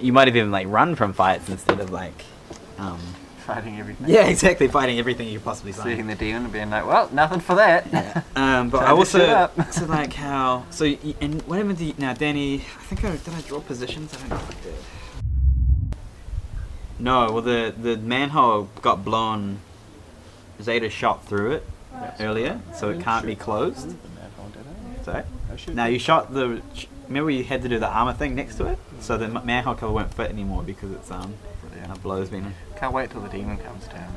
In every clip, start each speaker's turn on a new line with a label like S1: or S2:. S1: you might have even like run from fights instead of like, um,
S2: Fighting everything.
S1: yeah, exactly, fighting everything you could possibly
S2: Seeing
S1: find.
S2: the demon and being like, well, nothing for that.
S1: Yeah. Um, but
S2: Time
S1: I
S2: to
S1: also
S2: shut up.
S1: so like how so y- and what happened to you- now Danny? I think I did I draw positions. I don't know if I did. No, well the the manhole got blown. Zeta shot through it earlier, so it can't be closed. So now you shot the. sh- Remember you had to do the armor thing next to it, so the m- manhole cover won't fit anymore because it's um a blow's been.
S2: Can't wait till the demon comes down.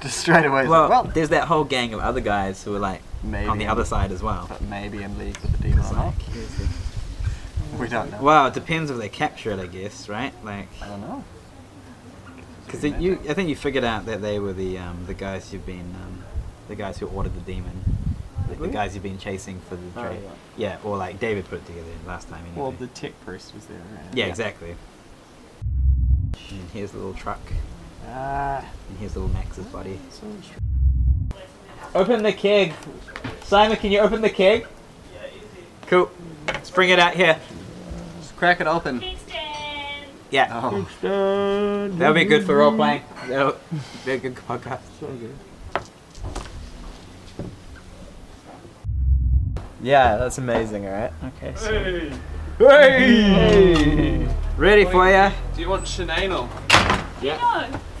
S2: Just straight away. it's
S1: Well,
S2: like, well
S1: there's that whole gang of other guys who are like
S2: maybe
S1: on the
S2: I'm-
S1: other side as well.
S2: But maybe in league with the demon
S1: It's
S2: or not.
S1: like, here's the-
S2: We don't know.
S1: Well, it depends if they capture it, I guess, right? Like,
S2: I don't know.
S1: because you, I think you figured out that they were the um, the guys you've been, um, the guys who ordered the demon, the, the
S3: we?
S1: guys you've been chasing for the
S3: Oh,
S1: trade.
S3: yeah.
S1: yeah. or like David put it together last time. Anyway.
S3: Well, the tech priest was there. Right?
S1: yeah, exactly. And here's the little truck,
S2: Ah,
S1: and here's little Max's body.
S3: So much-
S1: Open the keg, Simon. Can you open the keg? Cool. Let's bring it out here.
S2: just crack it open.
S4: Kingston.
S1: Yeah,
S2: Oh,
S1: that'll be good for role playing. That'll be a good podcast.
S3: So good. Yeah, that's amazing. All right. Okay. So. Hey!
S1: Ready for ya?
S5: Do you want Shenanel?
S4: No,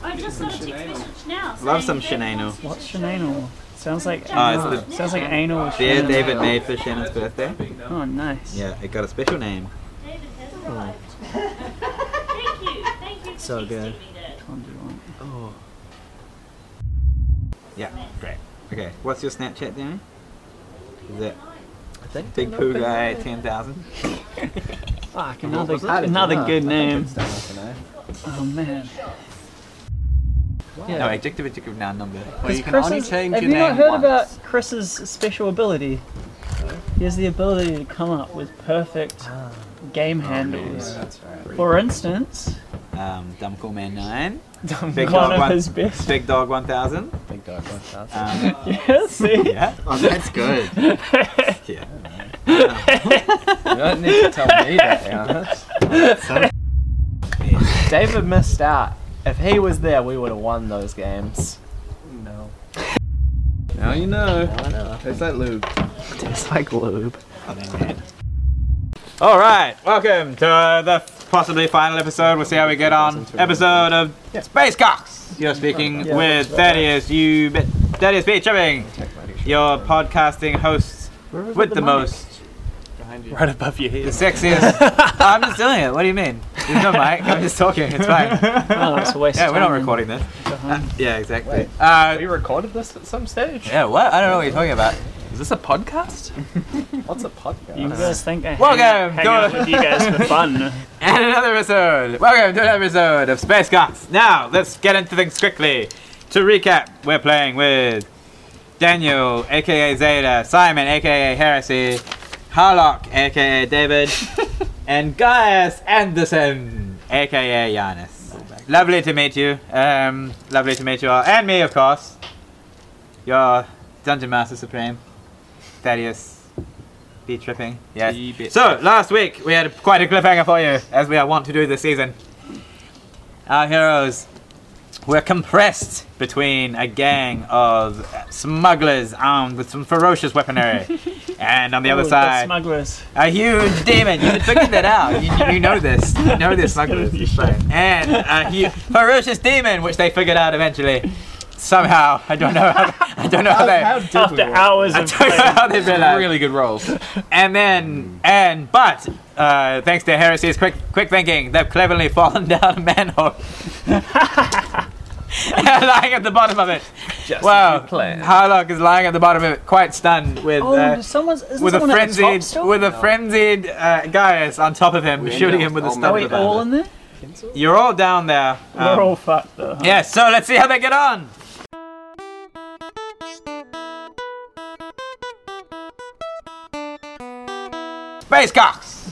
S4: I just got a text message now.
S1: Love
S4: saying
S1: some
S4: they
S1: Shenano.
S4: want you to
S6: What's
S4: show
S6: Shenanal? Sounds like
S1: Oh,
S6: anal.
S1: it's the-
S6: sounds like anal. with
S1: Beer
S6: Shenanal.
S1: David made for Shannon's birthday.
S6: Oh, nice.
S1: Yeah, it got a special name.
S4: David has arrived. Thank you. Thank you for
S3: So
S4: texting
S3: good.
S4: me that.
S6: Which one do you want?
S3: Oh.
S1: Yeah, great. Okay, what's your Snapchat, Danny? Is that
S3: I think
S1: Big Poo Guy 10,000?
S6: Fuck,
S3: Another,
S6: another, another good name.
S3: Stuff,
S6: Oh man.
S1: No,
S6: Yeah.
S1: adjective, adjective, noun, number.
S2: well, you can
S6: Chris's-
S2: only change
S6: have
S2: your
S6: you
S2: name
S6: not heard
S2: once.
S6: about Chris's special ability? He has the ability to come up with perfect
S2: Ah.
S1: Oh,
S6: game handles.
S3: That's right.
S6: For instance,
S1: Um, Dumb Cool Man 9.
S3: Dumb
S1: Big
S6: one
S1: Dog
S6: of
S1: 1.
S6: his best.
S1: Big Dog 1000.
S3: Big dog. wants us.
S1: Um,
S6: yeah, see?
S1: yeah.
S3: Oh, that's good. you
S1: Yeah.
S3: don't need to tell me that, Giannis. David missed out. If he was there, we would have won those games.
S2: No.
S3: Now you know.
S2: I know.
S3: Tastes like lube. Tastes like lube.
S1: All right, welcome to the possibly final episode. We'll see how we get on. Episode of Space Cox. You're speaking
S6: Yeah,
S1: with Thaddeus. You, bet- Thaddeus B. Chubbing, your podcasting host with the, most,
S2: Behind you.
S3: Right above your
S1: the
S3: head.
S1: sexiest. I'm just doing it. What do you mean? There's no mic. I'm just talking. It's fine.
S6: Oh, that's a waste
S1: Yeah,
S6: of
S1: we're not
S6: time.
S1: recording this. Yeah, exactly.
S3: Wait.
S1: Uh,
S3: We recorded this at some stage?
S1: yeah, what? I don't know what you're talking about. Is this a podcast?
S3: What's a
S6: You
S3: podcast?
S6: guys think I
S1: Uh, Welcome
S6: hang, hang out
S1: to-
S6: with you guys for fun.
S1: And another episode. Welcome to another episode of Space Cox. Now, let's get into things quickly. To recap, we're playing with Daniel, aka Zeta, Simon, aka Heresy, Harlock, aka David, and Gaius Anderson, aka Giannis. Lovely to meet you. Um, lovely to meet you all. And me, of course. Your Dungeon Master Supreme, Thaddeus B. Tripping. Yes. So last week we had quite a cliffhanger for you, as we are wont to do this season. Our heroes were compressed between a gang of smugglers armed with some ferocious weaponry, and on the
S6: Ooh,
S1: other
S6: Oh, the
S1: side,
S6: Smugglers.
S1: a huge demon. You figured that out. You, you know this. You know this smugglers.
S6: Just gonna be
S1: And a hu- ferocious demon, which they figured out eventually. Somehow, I don't know. How, I don't know how they.
S6: After hours
S1: I
S6: of
S1: don't know
S6: playing.
S1: how they realized.
S5: Really good rolls.
S1: And then, and but, uh, thanks to Heresy's quick quick thinking, they've cleverly fallen down a manhole. and lying at the bottom of it. wow. Harlock is lying at the bottom of it, quite stunned, with
S6: Oh,
S1: uh,
S6: someone's isn't
S1: with a
S6: someone at the top
S1: frenzied
S6: still?
S1: with a frenzied uh, Gaius on top of him,
S2: We
S1: shooting
S2: know.
S1: him with a
S2: Oh,
S6: Are
S1: stun.
S2: man.
S6: we
S2: about
S6: all in there?
S1: You're all down there. Um,
S6: We're all fucked though. huh?
S1: yeah, so let's see how they get on. Space Cox.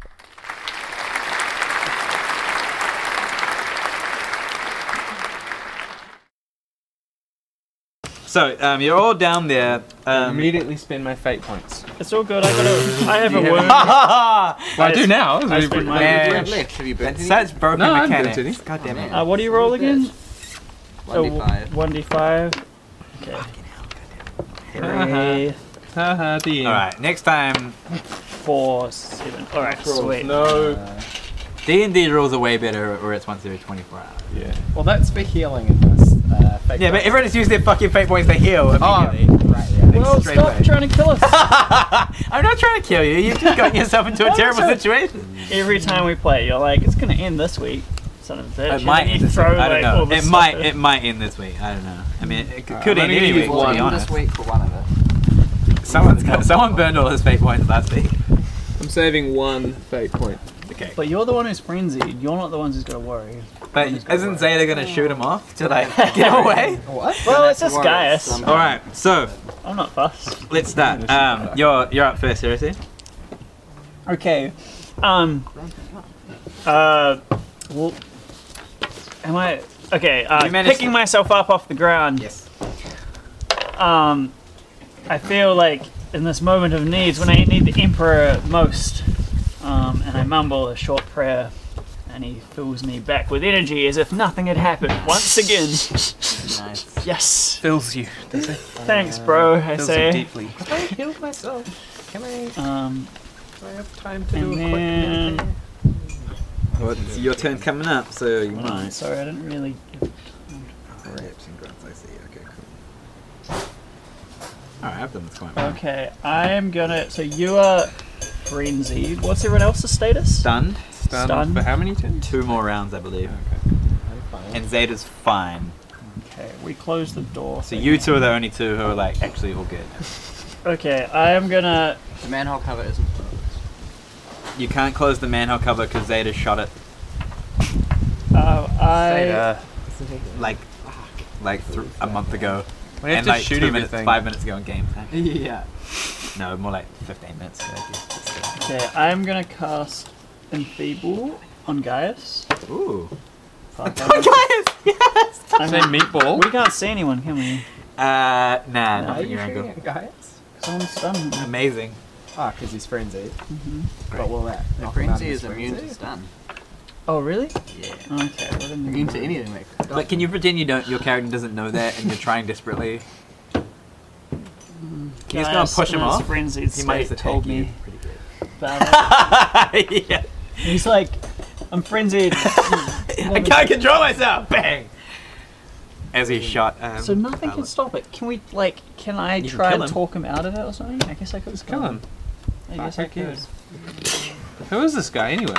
S1: So um, you're all down there. Um,
S2: Immediately spend my fate points.
S6: It's all good. I got a. I have a
S2: Yeah.
S6: wound.
S1: well,
S6: I do
S1: now.
S6: I spend my
S1: Yeah.
S2: Where
S6: wound.
S2: left have you been?
S1: It's such broken
S2: No, I'm good, Titty.
S1: mechanics. God damn it.
S6: Uh, what do you roll again?
S2: One D five.
S6: One d five. Okay. Three,
S2: Haha, the
S1: All right. Next time,
S6: four, seven. All right, sweet.
S3: No.
S1: D and D rules are way better, where it's once every 24 hours.
S2: Yeah.
S3: Well, that's for healing in this. Uh, fake
S1: Yeah, but
S3: points.
S1: everyone just used their fucking fate points to heal immediately.
S3: Right, yeah.
S6: Well,
S1: straight
S6: stop
S1: away.
S6: trying to kill us.
S1: I'm not trying to kill you. You've just gotten yourself into a
S6: I'm
S1: terrible
S6: sorry.
S1: situation.
S6: Every time we play, you're like, it's gonna end this week. Son of a bitch.
S1: It might
S6: And you
S1: end this week.
S6: throw,
S1: I don't
S6: like, all
S1: know.
S6: this
S1: It might.
S6: stuff.
S1: It might end this week. I don't know. I mean, it c- could
S2: I'm
S1: end
S2: only
S1: any
S2: gonna
S1: week.
S2: use
S1: To be
S2: one
S1: honest,
S2: this week for one of us.
S1: someone's got, someone burned all his fate points last week.
S2: I'm saving one fate point.
S1: Okay,
S6: But you're the one who's frenzied. You're not the one who's gotta worry.
S1: but isn't Zeta gonna shoot him off to like get away?
S3: What?
S6: Well, it's just
S2: worry,
S6: Gaius.
S2: some-
S1: All right, so
S6: I'm not fussed.
S1: let's start. Um, you're you're up first, seriously.
S6: Okay. Um. Uh. Well, am I okay? Uh,
S1: You managed
S6: picking
S1: to-
S6: myself up off the ground.
S1: Yes.
S6: Um. I feel like in this moment of needs, when I need the emperor most, um, and I mumble a short prayer, and he fills me back with energy as if nothing had happened once again.
S2: Nice.
S6: Yes.
S1: Fills you.
S6: Thanks, bro. I say.
S2: deeply.
S3: Have I healed myself? Can I?
S6: Um.
S3: Do I have time to
S6: And
S3: do a
S6: then-
S3: quick?
S1: Well, it's your turn coming up, so you might.
S6: Sorry, I didn't really.
S1: Perhaps and grunts, I see. Okay, cool. Alright, I've done this quite well.
S6: Okay, I am gonna. So you are frenzied. What's everyone else's status?
S1: Stunned.
S6: Stunned.
S2: For how many turns?
S1: Two more rounds, I believe.
S3: I'm fine.
S1: And Zeta's fine.
S6: Okay, we close the door.
S1: So you two are the only two who are like actually all good.
S6: Okay, I am gonna.
S2: The manhole cover isn't.
S1: You can't close the manhole cover because Zeta shot it
S6: Uh, I.
S3: Zeta.
S1: like like th- a month ago.
S2: We have
S1: and
S2: to
S1: like
S2: shoot
S1: two minutes,
S2: everything.
S1: five minutes ago in game time.
S3: yeah.
S1: No, more like 15 minutes. ago, I guess.
S6: Okay, I am gonna cast Enfeeble on Gaius.
S1: Ooh.
S6: I mean,
S2: meatball.
S6: we can't see anyone, can we?
S1: Uh, nah, not
S3: Are
S1: from
S3: you
S1: your
S3: shooting
S1: angle.
S3: at Gaius?
S6: Because I'm stunned.
S1: Amazing.
S3: Ah, because he's frenzied.
S6: hmm
S3: Mm-hmm. But will that?
S2: The
S3: knock him out of
S2: frenzy
S3: his
S2: is immune to
S3: frenzy?
S2: stun.
S6: Oh, really?
S2: Yeah.
S6: Okay. Well, then
S2: Immune to anything, mate.
S1: But can you pretend you don't? Your character doesn't know that, and you're trying desperately. He's gonna
S6: Gaius
S1: push him
S6: in his
S1: off.
S6: Frenzied
S1: He might
S6: state
S1: have
S6: told
S1: told
S6: me.
S1: you.
S6: About it.
S1: yeah.
S6: He's like, I'm frenzied.
S1: I can't control myself. Bang. As he shot. Um,
S6: So nothing can
S1: Violet.
S6: stop it. Can we like? Can I
S1: can
S6: try
S1: kill
S6: and
S1: him.
S6: talk him out of it or something? I guess I could just
S2: Kill him.
S6: I guess I
S2: Fuck, who
S6: could.
S2: cares? Who is this guy anyway?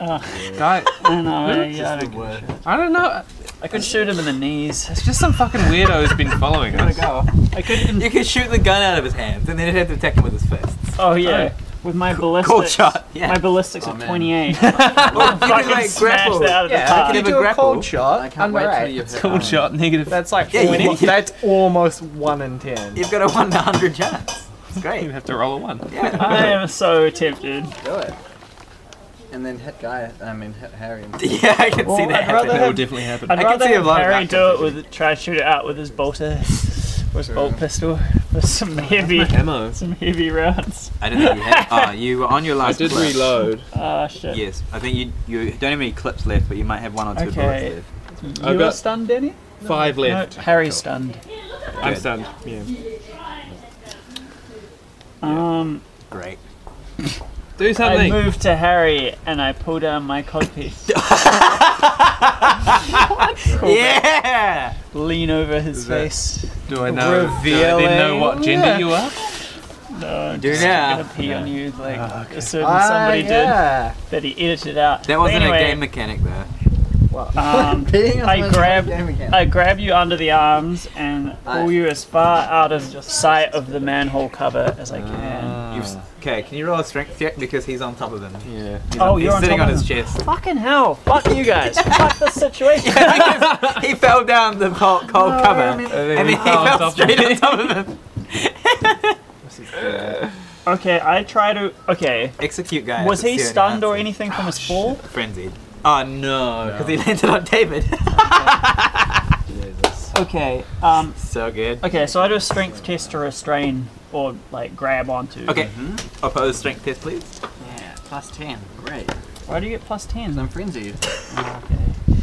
S6: Uh,
S2: Guy,
S6: I don't know. I,
S2: This
S6: I,
S2: is the
S6: don't-
S2: worst. I don't know.
S6: I could shoot him in the knees.
S2: It's just some fucking weirdo who's been following us.
S6: I could.
S1: You can shoot the gun out of his hands, and then he'd have to attack him with his fists.
S6: Oh yeah. With my ballistics.
S1: Cool shot. Yeah.
S6: My ballistics
S2: Oh,
S6: at
S2: man.
S6: 28.
S1: Or you
S6: fucking smashed it out of the
S1: yeah,
S6: park.
S1: I
S3: Can
S1: can have
S3: you
S1: a
S3: do a
S1: grapple.
S3: cold shot?
S2: I can't wait till
S3: Underage.
S2: you hit.
S1: Cold shot, negative.
S3: That's like
S1: Yeah, you
S3: almo-
S1: need-
S3: that's almost one in ten.
S1: You've got a one to hundred chance. It's
S2: You
S1: great.
S2: have to roll a one.
S1: Yeah.
S6: I am so tempted.
S2: Do it. And then hit Guy. I mean, hit Harry. And
S1: Yeah, I can see
S6: Well,
S1: that
S6: I'd rather
S1: happening.
S6: have-
S2: definitely happen.
S6: I'd
S1: I can
S6: rather
S1: see a
S6: have
S1: lot of
S6: Harry
S1: that
S6: do it with try and shoot it out with his bolter, with his bolt pistol, with some heavy,
S2: Ammo.
S6: some heavy rounds.
S1: I don't think you had. Oh, you were on your last. clip.
S6: Ah shit.
S1: Yes, I think you you don't have any clips left, but you might have one or two
S6: Okay.
S1: bullets left.
S6: You
S2: got-
S6: are stunned, Danny?
S2: Five
S6: No, Harry's stunned.
S2: I'm stunned. Yeah.
S6: Um,
S1: Great.
S2: Do
S6: I moved to Harry and I pull down my codpiece,
S1: Yeah.
S6: lean over his
S2: that-
S6: face.
S2: Do I know? Do I then know what gender you are?
S6: No, I'm
S1: do
S6: just
S1: now.
S6: gonna pee on you like a certain
S3: Ah,
S6: somebody
S3: yeah.
S6: did that he edited out.
S1: That wasn't
S6: But
S1: a
S6: anyway,
S1: game mechanic though.
S3: Well,
S6: Um,
S2: Being as
S6: I
S2: much as
S6: grab-
S2: a game again.
S6: I grab you under the arms and pull you as far out of sight of the manhole cover as I can.
S2: Ah.
S1: You've s- Okay, can you roll a strength check because he's on top of him.
S2: Yeah.
S1: He's
S6: Oh,
S1: he's
S6: you're on
S1: sitting
S6: top
S1: on
S6: of
S1: his chest.
S6: Fucking hell! Fuck you guys! Fuck this situation!
S1: he fell down the cold, cold cover, and then he fell straight on top of him.
S6: Okay, I try to. Okay,
S1: Execute guy.
S6: was
S1: that's
S6: he
S1: the only
S6: stunned or
S1: answer.
S6: anything from
S1: Oh,
S6: his fall?
S1: Frenzied. Oh no, because he landed on David.
S3: Jesus.
S6: Okay. Um,
S1: So good.
S6: okay. So I do a strength test to restrain or like grab onto.
S1: Okay. Oppose strength test, please.
S7: Yeah, plus 10. Great.
S6: Why do you get plus ten?
S7: I'm frenzied.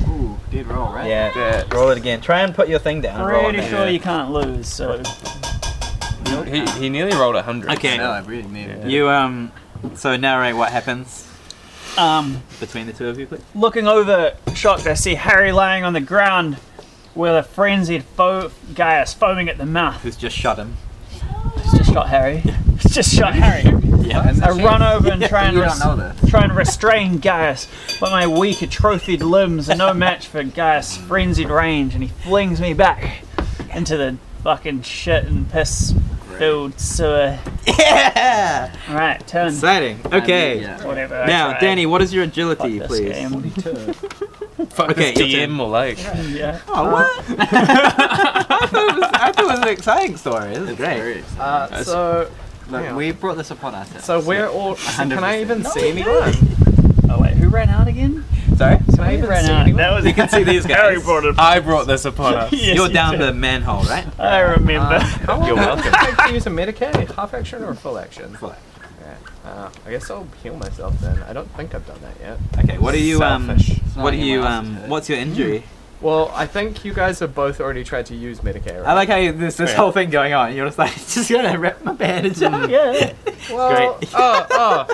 S7: Ooh, did roll, right?
S2: Yeah, roll it again. Try and put your thing down. and roll
S6: Pretty
S2: it
S6: sure you can't lose. So
S2: He, he nearly rolled a hundred.
S1: Okay.
S7: No, I really need it.
S1: You um. So narrate what happens
S6: um,
S1: between the two of you, please.
S6: looking over, shocked, I see Harry lying on the ground with a frenzied foe guy is foaming at the mouth.
S1: Who's just shot him?
S6: It's just shot Harry. It's just shot Harry.
S1: Yeah.
S6: I run over and try and
S7: You
S6: res-
S7: don't know this.
S6: try and restrain Gaius, but my weak, atrophied limbs are no match for Gaius' frenzied range, and he flings me back into the fucking shit and piss filled sewer.
S1: Yeah.
S6: Alright, turn.
S1: Exciting. Okay.
S7: Yeah.
S6: Whatever. I
S1: Now,
S6: tried.
S1: Danny, what is your
S6: Fuck
S1: agility,
S6: this
S1: please?
S6: game.
S2: Fuck
S1: Okay,
S2: this
S1: your turn.
S2: DM or like.
S6: Yeah.
S1: Oh, what? I, thought it was, I thought it was an exciting story. This is
S7: It's
S1: great.
S7: great.
S8: Uh, so,
S7: Look, we brought this upon ourselves.
S8: so we're all. Can I
S7: 100%.
S8: even see anyone?
S6: Oh, wait, who ran out again?
S1: Sorry?
S8: Can I
S6: Who
S8: even
S6: ran
S8: see
S6: out?
S8: anyone?
S6: That was
S1: You can see these guys.
S6: Harry brought it.
S2: I brought this upon us.
S6: Yes,
S1: You're
S6: you
S1: down
S6: did.
S1: the manhole, right?
S6: I remember.
S8: How long
S2: You're
S8: does it take to use a Medicaid? Half action or full action?
S1: Full action.
S8: Yeah. Uh, I guess I'll heal myself then. I don't think I've done that yet.
S1: Okay, what are you, um,
S8: Selfish.
S7: not
S1: what are you,
S7: anyone else's
S1: um,
S7: hurt.
S1: what's your injury?
S8: Well, I think you guys have both already tried to use Medicaid, right?
S1: I like how you, there's this
S2: Yeah.
S1: whole thing going on. You're just like, just gonna wrap my bandage up.
S6: Uh, yeah.
S8: well,
S1: Great.
S8: Oh, oh.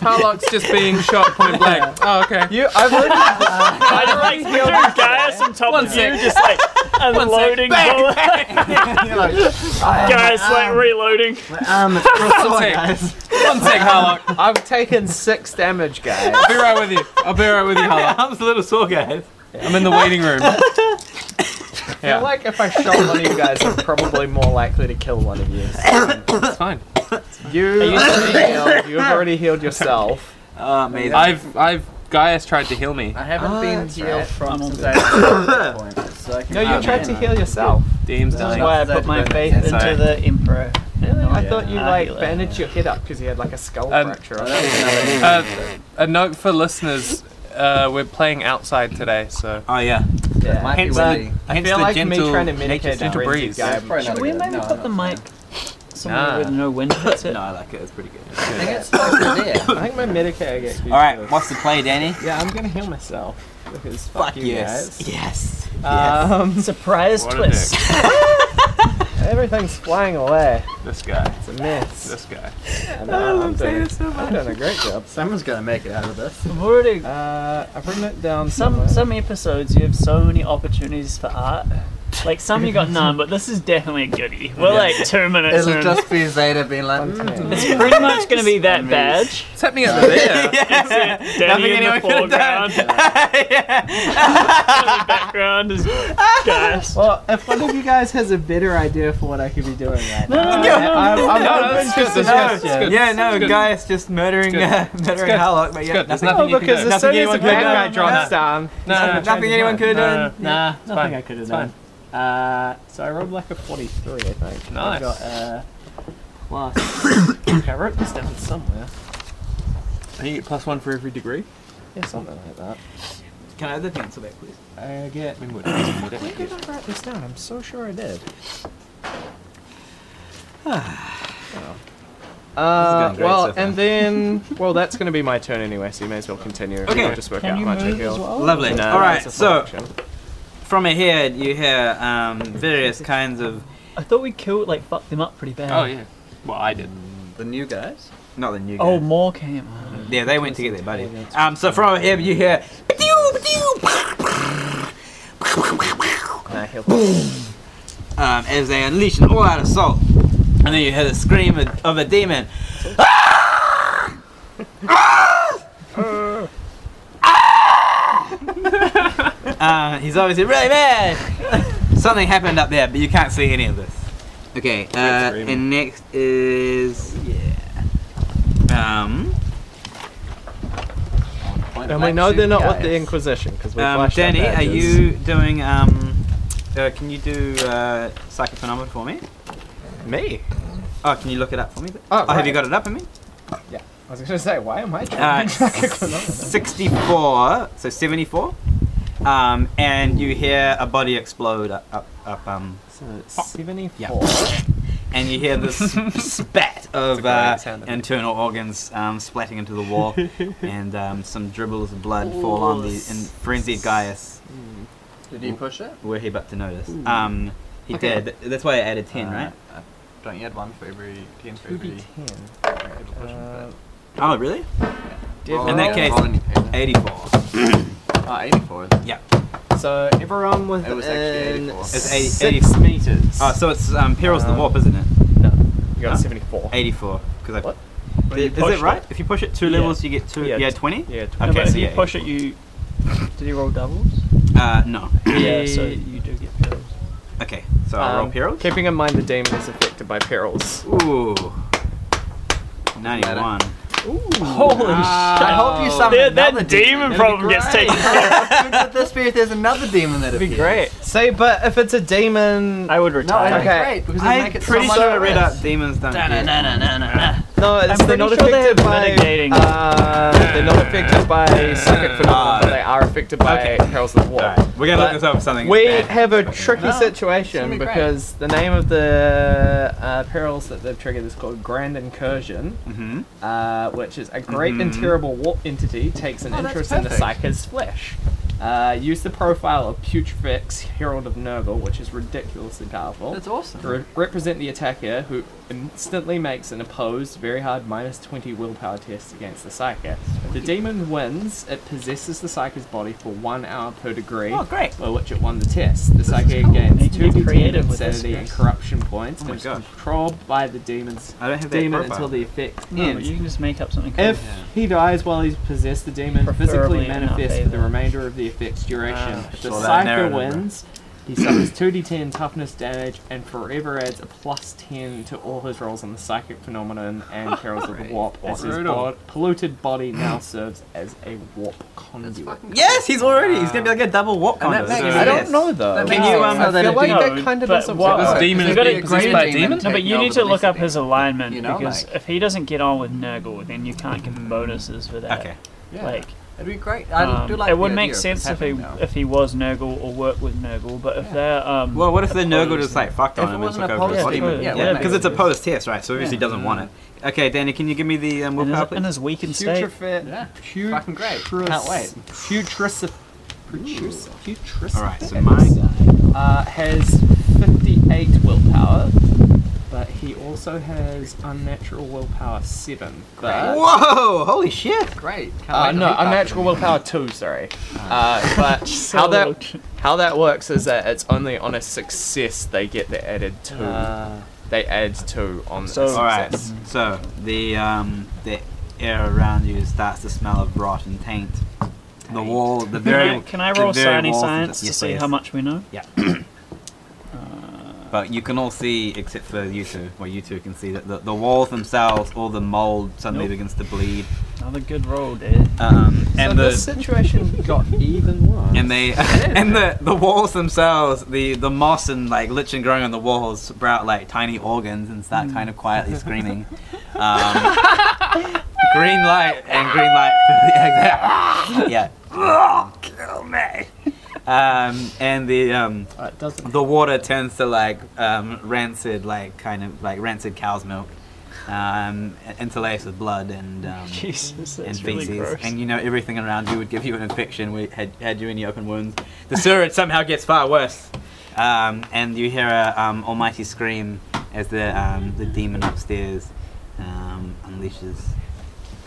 S8: Harlock's just being shot point blank. Oh, okay. You, I've already.
S6: I just like threw Gaius on top of you, just like unloading. bullets. Gaius, like reloading.
S7: Um, it's
S2: One sec. One sec, Harlock.
S8: I've taken six damage, guys.
S2: I'll be right with you. I'll be right with you,
S1: My
S2: Harlock.
S1: arm's a little sore, guys.
S2: I'm in the waiting room.
S8: I feel
S2: Yeah,
S8: like if I shot one of you guys, I'm probably more likely to kill one of you.
S2: it's fine.
S8: You, you've already healed, you've already healed yourself.
S1: Oh, amazing.
S2: I've, I've, Gaius tried to heal me.
S7: I haven't
S8: Ah,
S7: been
S8: that's
S7: healed
S8: right.
S7: from since I was point, so I can-
S8: No, you
S7: Oh,
S8: tried
S7: man,
S8: to
S7: I-
S8: heal yourself.
S2: DM's
S6: This is
S2: dying.
S6: why I put my faith
S7: That's
S6: into
S2: right.
S6: the Emperor.
S8: I thought you
S6: Yeah.
S8: like bandaged your head up because you had like a skull
S2: Um,
S8: fracture.
S7: Oh,
S8: Or
S7: that
S8: something.
S7: was another-
S2: Uh, a note for listeners: uh, we're playing outside today, so
S1: oh, yeah.
S7: that might be
S1: Hence
S7: one
S1: the,
S7: of the-
S1: hence
S8: feel
S1: the
S8: like me
S1: gentle
S8: trying to
S1: nature
S8: medicate
S1: sound.
S2: gentle breeze.
S7: that's probably
S8: guy.
S7: not a
S6: Should we
S7: good-
S6: maybe
S7: no,
S6: put
S7: no,
S6: the
S7: no.
S6: mic somewhere
S2: Nah.
S6: with no wind hits it?
S1: No, I like it. It's pretty good.
S7: I think it's supposed to be there.
S8: I think my Medicaid gets you.
S1: All right, what's the play, Danny?
S8: Yeah, I'm gonna heal myself because fuck,
S1: Fuck
S8: you
S1: yes.
S8: guys.
S1: Yes.
S8: Um,
S6: Surprise
S2: What a
S6: twist.
S8: everything's flying away.
S2: this guy,
S8: It's a mess.
S2: this guy.
S8: I'm, I'm, doing, I'm doing a great job.
S7: Someone's gonna make it out of this.
S6: I've already
S8: Uh, I've written it down
S6: some
S8: somewhere.
S6: some episodes you have so many opportunities for art. Like some you got none, but this is definitely a goodie. We're like two minutes
S7: It'll
S6: in.
S7: just be Zeta being like,
S2: mm,
S8: Content.
S6: It's pretty much gonna be that badge.
S2: It's happening over there.
S6: Danny in the
S1: anyone could've done.
S6: foreground. in the background is Gaius.
S8: Well, if one of you guys has a better idea for what I could be doing right now,
S6: No, no,
S8: I- I'm, I'm
S2: No, no,
S8: open
S2: it's
S8: to
S2: good, it's good, it's
S8: suggestions.
S2: good.
S1: Oh, Yeah, no,
S2: It's good.
S1: Gaius just murdering,
S2: It's
S1: uh, murdering
S2: good.
S1: Harlock, but yeah,
S2: good. There's
S1: nothing-
S2: nothing you can
S8: Oh, because
S2: do.
S8: as soon
S1: anyone
S8: as the
S1: could have
S8: bad guy
S1: done.
S8: drops down,
S2: No, no,
S1: nothing anyone could have
S2: no,
S1: done.
S8: nah,
S2: nothing I
S8: could
S2: It's done.
S8: Uh, so I rolled like a 43, I think.
S2: Nice. got,
S8: uh, plus. I wrote this down somewhere.
S2: no. You get plus one for every degree.
S8: Yeah, something like that.
S1: Can I have the pencil back, please?
S8: I get.
S2: I mean, what- what-
S8: Where did I write this down? I'm so sure I did.
S1: This
S8: oh. Uh,
S1: is going great
S8: well,
S1: so far.
S8: and then, well, that's going to be my turn anyway, so you may as well continue.
S1: Okay.
S8: I'll just work
S6: Can
S8: out
S6: you
S8: much I
S6: move
S8: feel.
S6: as well?
S1: Lovely.
S8: No,
S1: All right,
S8: that's a full
S1: so
S8: action.
S1: from ahead you hear um, various kinds of
S6: I thought we killed like fucked them up pretty bad.
S2: Oh yeah. Well, I did.
S7: the new guys?
S1: not the new.
S6: Oh,
S1: guy.
S6: more came.
S1: yeah, they went to get their buddy. Um, so from ahead you hear.
S8: Nah, he'll-
S1: um, as they unleash an all-out assault. And then you hear the scream of, of a demon. uh, he's obviously really mad. Something happened up there, but you can't see any of this. Okay, uh,
S2: screaming.
S1: and next is yeah. Um,
S8: and we know they're not with the Inquisition because we
S1: um,
S8: flashed our
S1: Danny, are
S8: badges.
S1: you doing? Um, uh, can you do uh, psychophenomenon for me?
S8: me?
S1: Oh, can you look it up for me?
S8: Oh,
S1: have you
S8: right.
S1: got it up for me?
S8: I was going to say, why am I?
S1: Uh, 64, so 74 um, and you hear a body explode up, up, up um,
S8: So it's 74.
S1: and you hear this spat of
S8: great
S1: uh,
S8: sound effect.
S1: internal organs um, splatting into the wall, and um, some dribbles of blood fall on the in frenzied Gaius.
S9: Did you push it?
S1: Were he but to notice, um, he
S9: Okay.
S1: did. That's why I added ten, right?
S2: Uh, don't you add one for every ten for
S8: Would be
S2: every
S8: 10.
S2: every portion
S8: Uh,
S2: of
S1: Oh, really?
S2: it? Roll-
S1: in that case-
S2: roll any pattern.
S1: Eighty-four.
S2: Ah, 84.
S1: Yeah.
S8: so everyone was
S2: It was actually 84.
S1: It's
S8: It's
S1: eighty-
S8: 86 meters.
S1: Oh, so it's um, perils the
S8: Um,
S1: warp, isn't it?
S8: no. You got
S1: Huh?
S8: 74.
S1: Eighty-four. Because I.
S8: What?
S1: Th- Is, it right? If you push it two
S6: Yeah.
S1: levels, you get two.
S8: Yeah,
S1: Yeah,
S8: t-
S1: twenty.
S8: Yeah. tw-
S6: No,
S1: Okay,
S6: but
S1: so
S6: if you
S1: yeah,
S6: push it, you did he roll doubles?
S1: Uh, no.
S6: yeah, so
S8: He-
S6: you do get pills.
S1: Okay, so I'll roll
S8: Um,
S1: perils.
S8: Keeping in mind the demon is affected by perils.
S1: Ooh. Ninety-one.
S8: Holy
S6: Ah,
S2: I hope you summon
S6: That,
S2: another
S6: that demon problem gets taken.
S2: But this spirit, there's another demon that appears.
S8: Say, but if it's a demon,
S6: I would
S2: No,
S6: retire.
S2: that'd
S8: Okay.
S2: be great because it'd
S1: I'm
S2: make it
S1: pretty
S2: so
S1: sure I
S2: much
S1: read
S2: worse.
S1: out demons don't.
S6: Na, na,
S1: care.
S6: na, na, na, na, na.
S8: no, it's,
S6: I'm
S8: they're not
S6: pretty sure
S8: affected
S6: they're
S8: by.
S6: mitigating.
S8: Uh, they're not affected by psychic phenomena, but they are affected by
S1: Ah. Okay.
S8: perils of war.
S1: Alright, we're gonna look
S8: But
S1: this up for something.
S8: We
S1: bad.
S8: have a tricky
S2: No,
S8: situation
S2: it's gonna be great.
S8: because the name of the uh, perils that they've triggered is called Grand Incursion,
S1: Mhm.
S8: uh, which is a great and
S1: Mhm.
S8: terrible warp entity takes an
S2: Oh, that's
S8: interest in the
S2: perfect.
S8: psycher's flesh. Uh, use the profile of Putrefix, Herald of Nurgle, which is ridiculously powerful.
S2: That's awesome.
S8: to re- represent the attacker who instantly makes an opposed very hard minus 20 willpower test against the psyker. The demon wins, it possesses the psyker's body for one hour per degree.
S1: Oh, great.
S8: By which it won the test. The psyker
S6: Need
S8: gains
S6: to be
S8: 2d10
S6: creative with this,
S8: insanity and
S6: guys.
S8: corruption points
S1: Oh
S8: and
S1: my
S8: is
S1: gosh.
S8: controlled by the demon's
S1: I don't have that
S8: demon
S1: profile.
S8: until the effect
S6: No, but
S8: ends.
S6: you can just make up something. Cool.
S8: If he dies while he's possessed, the demon
S6: Preferably
S8: physically
S6: in our
S8: manifests for the
S6: favor.
S8: remainder of the effect's duration.
S1: Ah,
S8: if the
S1: saw that
S8: psyker
S1: narrative, bro.
S8: wins, he suffers 2d10 toughness damage and forever adds a plus 10 to all his rolls on the psychic phenomenon
S6: Ah,
S8: and perils of the warp, as his
S1: Brutal.
S8: bod- polluted body now serves as a warp conduit.
S1: Yes, he's already. He's gonna be like a double walk
S2: And
S1: on
S2: that
S1: us.
S2: makes
S1: So
S2: sense.
S8: I don't know though.
S1: Can you, um,
S8: I feel like
S6: No,
S8: that kind of
S6: but
S8: doesn't
S6: what-
S8: work.
S6: This
S8: It's
S6: demon
S8: gotta
S6: is being
S8: be a
S6: possessed
S8: great
S6: by
S8: demon.
S2: demon.
S6: No, but you need to look up his alignment
S2: You know,
S6: because
S2: like-
S6: if he doesn't get on with Nurgle, then you can't give him bonuses for that.
S1: Okay.
S2: Yeah.
S6: Like,
S2: it'd be great. I
S6: um,
S2: do like
S6: it
S2: the
S6: would
S2: idea
S6: make
S2: of
S6: sense
S2: this
S6: if he
S2: happening now.
S6: if he was Nurgle or worked with Nurgle, but if
S2: Yeah.
S6: they're um,
S1: Well, what if the Nurgle
S6: opposed-
S1: just like fucked
S2: If
S1: on him
S2: it
S1: and
S2: wasn't
S1: took
S2: a
S1: over his
S2: post
S1: body?
S6: demon, yeah,
S1: Yeah,
S6: wouldn't
S1: because
S6: it?
S1: it's a post test, right? So obviously he
S2: Yeah.
S1: doesn't want it. Okay, Danny, can you give me the um,
S6: in
S1: willpower,
S6: his, in
S1: please?
S6: his weakened state,
S8: Future fit.
S2: Yeah, fucking great. Can't wait.
S8: Futurist. Futurist.
S1: All right, so mine.
S8: uh, has 58 willpower, but he also has unnatural willpower 7. But,
S1: Whoa! Holy shit!
S2: Great. Can't
S8: Uh,
S2: wait to
S8: no,
S2: meet up.
S8: unnatural willpower 2, sorry. Uh, but how that how that works is that it's only on a success they get the added 2.
S2: Uh,
S8: they add 2 on the
S6: So-
S8: success.
S1: All right. So the um, the air around you starts to smell of rot and taint. The wall, the
S6: Can
S1: very.
S6: I, can I
S1: the
S6: roll
S1: very
S6: Sony
S1: walls of
S6: Science
S1: the-
S6: to
S1: yes,
S6: see
S1: please.
S6: how much we know?
S1: Yeah. but you can all see, except for you two, well, you two can see that the, the walls themselves, all the mold suddenly
S6: Nope.
S1: begins to bleed.
S6: Another good roll, dude.
S1: Um, and
S8: so
S1: the,
S8: the situation got even worse.
S1: and they and the, the walls themselves, the, the moss and like lichen growing on the walls sprout like tiny organs and start kind of
S8: Mm.
S1: quietly screaming. Um, green light and green light for the exit. yeah. Oh, kill me. Um, and the um,
S8: Oh, it doesn't.
S1: the water turns to like um, rancid, like kind of like rancid cow's milk, um, interlaced with blood and um,
S6: Jesus,
S1: and
S6: that's really
S1: feces.
S6: gross.
S1: and you know everything around you would give you an infection. We had had you any open wounds. The sewage somehow gets far worse, um, and you hear a um, almighty scream as the um, the demon upstairs um, unleashes.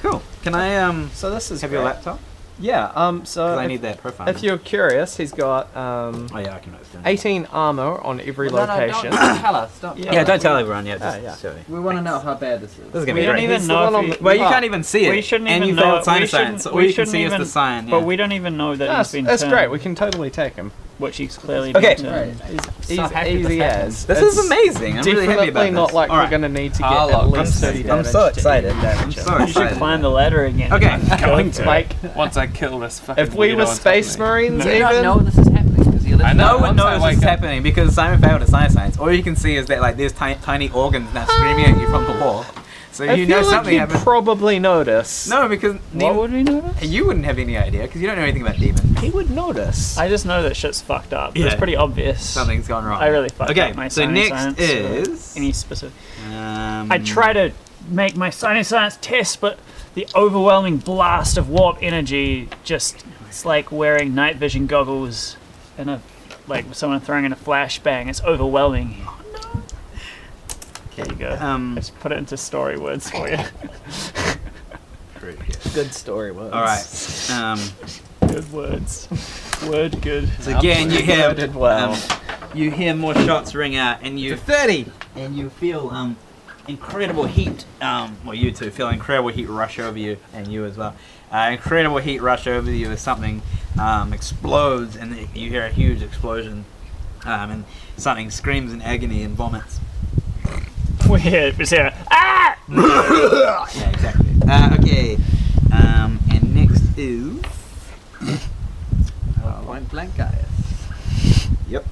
S1: Cool. Can I um
S8: So this is
S1: have your
S8: great.
S1: laptop?
S8: Yeah, um, so
S1: 'Cause I
S8: if,
S1: need that profile.
S8: if you're curious, he's got um,
S1: oh yeah, I can write it down.
S8: 18 armor on every
S2: Well, no, no, don't,
S8: location.
S2: don't tell us. Don't tell
S1: Yeah,
S2: us.
S1: don't tell everyone yet.
S8: Ah,
S1: Just
S8: yeah.
S1: show me.
S2: We want to know how bad this is.
S1: This is gonna
S6: We
S1: be
S6: don't
S1: great.
S6: even
S8: He's the
S6: know.
S8: one
S6: If
S8: on
S6: he-
S8: the-
S1: Well, you
S8: Ah.
S1: can't even see it.
S6: We shouldn't
S1: and
S6: even
S1: you
S6: know.
S1: failed sign
S6: we
S1: of science.
S6: shouldn't-
S1: All
S6: we
S1: you can
S6: shouldn't
S1: see
S6: even,
S1: is the sign.
S6: But
S1: yeah.
S6: we don't even know that
S8: That's,
S6: he's been
S8: that's
S6: turned,
S8: great. We can totally take him.
S6: which he's clearly
S1: Okay.
S6: been
S2: Great.
S6: turned.
S8: He's
S2: so happy
S8: easy
S2: this happened.
S8: as.
S1: this
S8: It's
S1: is amazing. I'm really
S8: Definitely
S1: happy about
S8: not
S1: this.
S8: like
S1: All
S8: we're
S1: right.
S8: going to need to get
S2: I'll
S8: at
S2: look,
S8: least
S1: I'm so-
S8: 30
S1: I'm
S8: damage.
S1: so
S8: to
S1: excited.
S8: even damage
S1: I'm
S8: him.
S1: so
S6: You should
S1: excited.
S6: climb the ladder again.
S1: Okay.
S6: Going to.
S8: Like, once I
S9: Kill this fucking
S8: if we
S9: weirdo
S8: were
S9: and
S8: space
S9: something.
S8: marines,
S2: We don't
S8: even
S2: know this is happening because he literally-
S1: No one
S8: Once I
S1: knows what's
S8: wake up-
S1: happening because Simon failed at science science. All you can see is that like there's ti- tiny organs now screaming at you from the wall. So
S8: I
S1: you
S8: feel
S1: know
S8: like
S1: something
S8: you'd
S1: happened.
S8: probably notice.
S1: no, because
S6: What
S1: neither-
S6: would we know?
S1: you wouldn't have any idea because you don't know anything about demons.
S5: he would notice.
S6: I just know that shit's fucked up. It's
S1: Yeah.
S6: pretty obvious.
S1: Something's gone wrong.
S6: I really fucked
S1: okay,
S6: up my
S1: so
S6: science
S1: next
S6: science or
S1: is.
S6: any specific.
S1: um,
S6: I
S3: Hmm.
S6: try to make my science science test, but the overwhelming blast of warp energy just—it's like wearing night vision goggles and a like someone throwing in a flashbang. It's overwhelming.
S3: Oh,
S6: There you go.
S1: Um,
S6: Just put it into story words for you.
S5: Good story was.
S1: all right. Um,
S6: good words. Word good.
S1: So again, you hear
S5: Uploaded well.
S1: um, you hear more shots ring out, and you thirty, and you feel um, incredible heat. Um, well, you two feel incredible heat rush over you, and you as well. Uh, incredible heat rush over you as something um, explodes, and you hear a huge explosion, um, and something screams in agony and vomits.
S6: We're here. It's here. Ah!
S1: Yeah, exactly. Uh, okay, um, and next is
S2: Oh, Point blank guy.
S1: yep.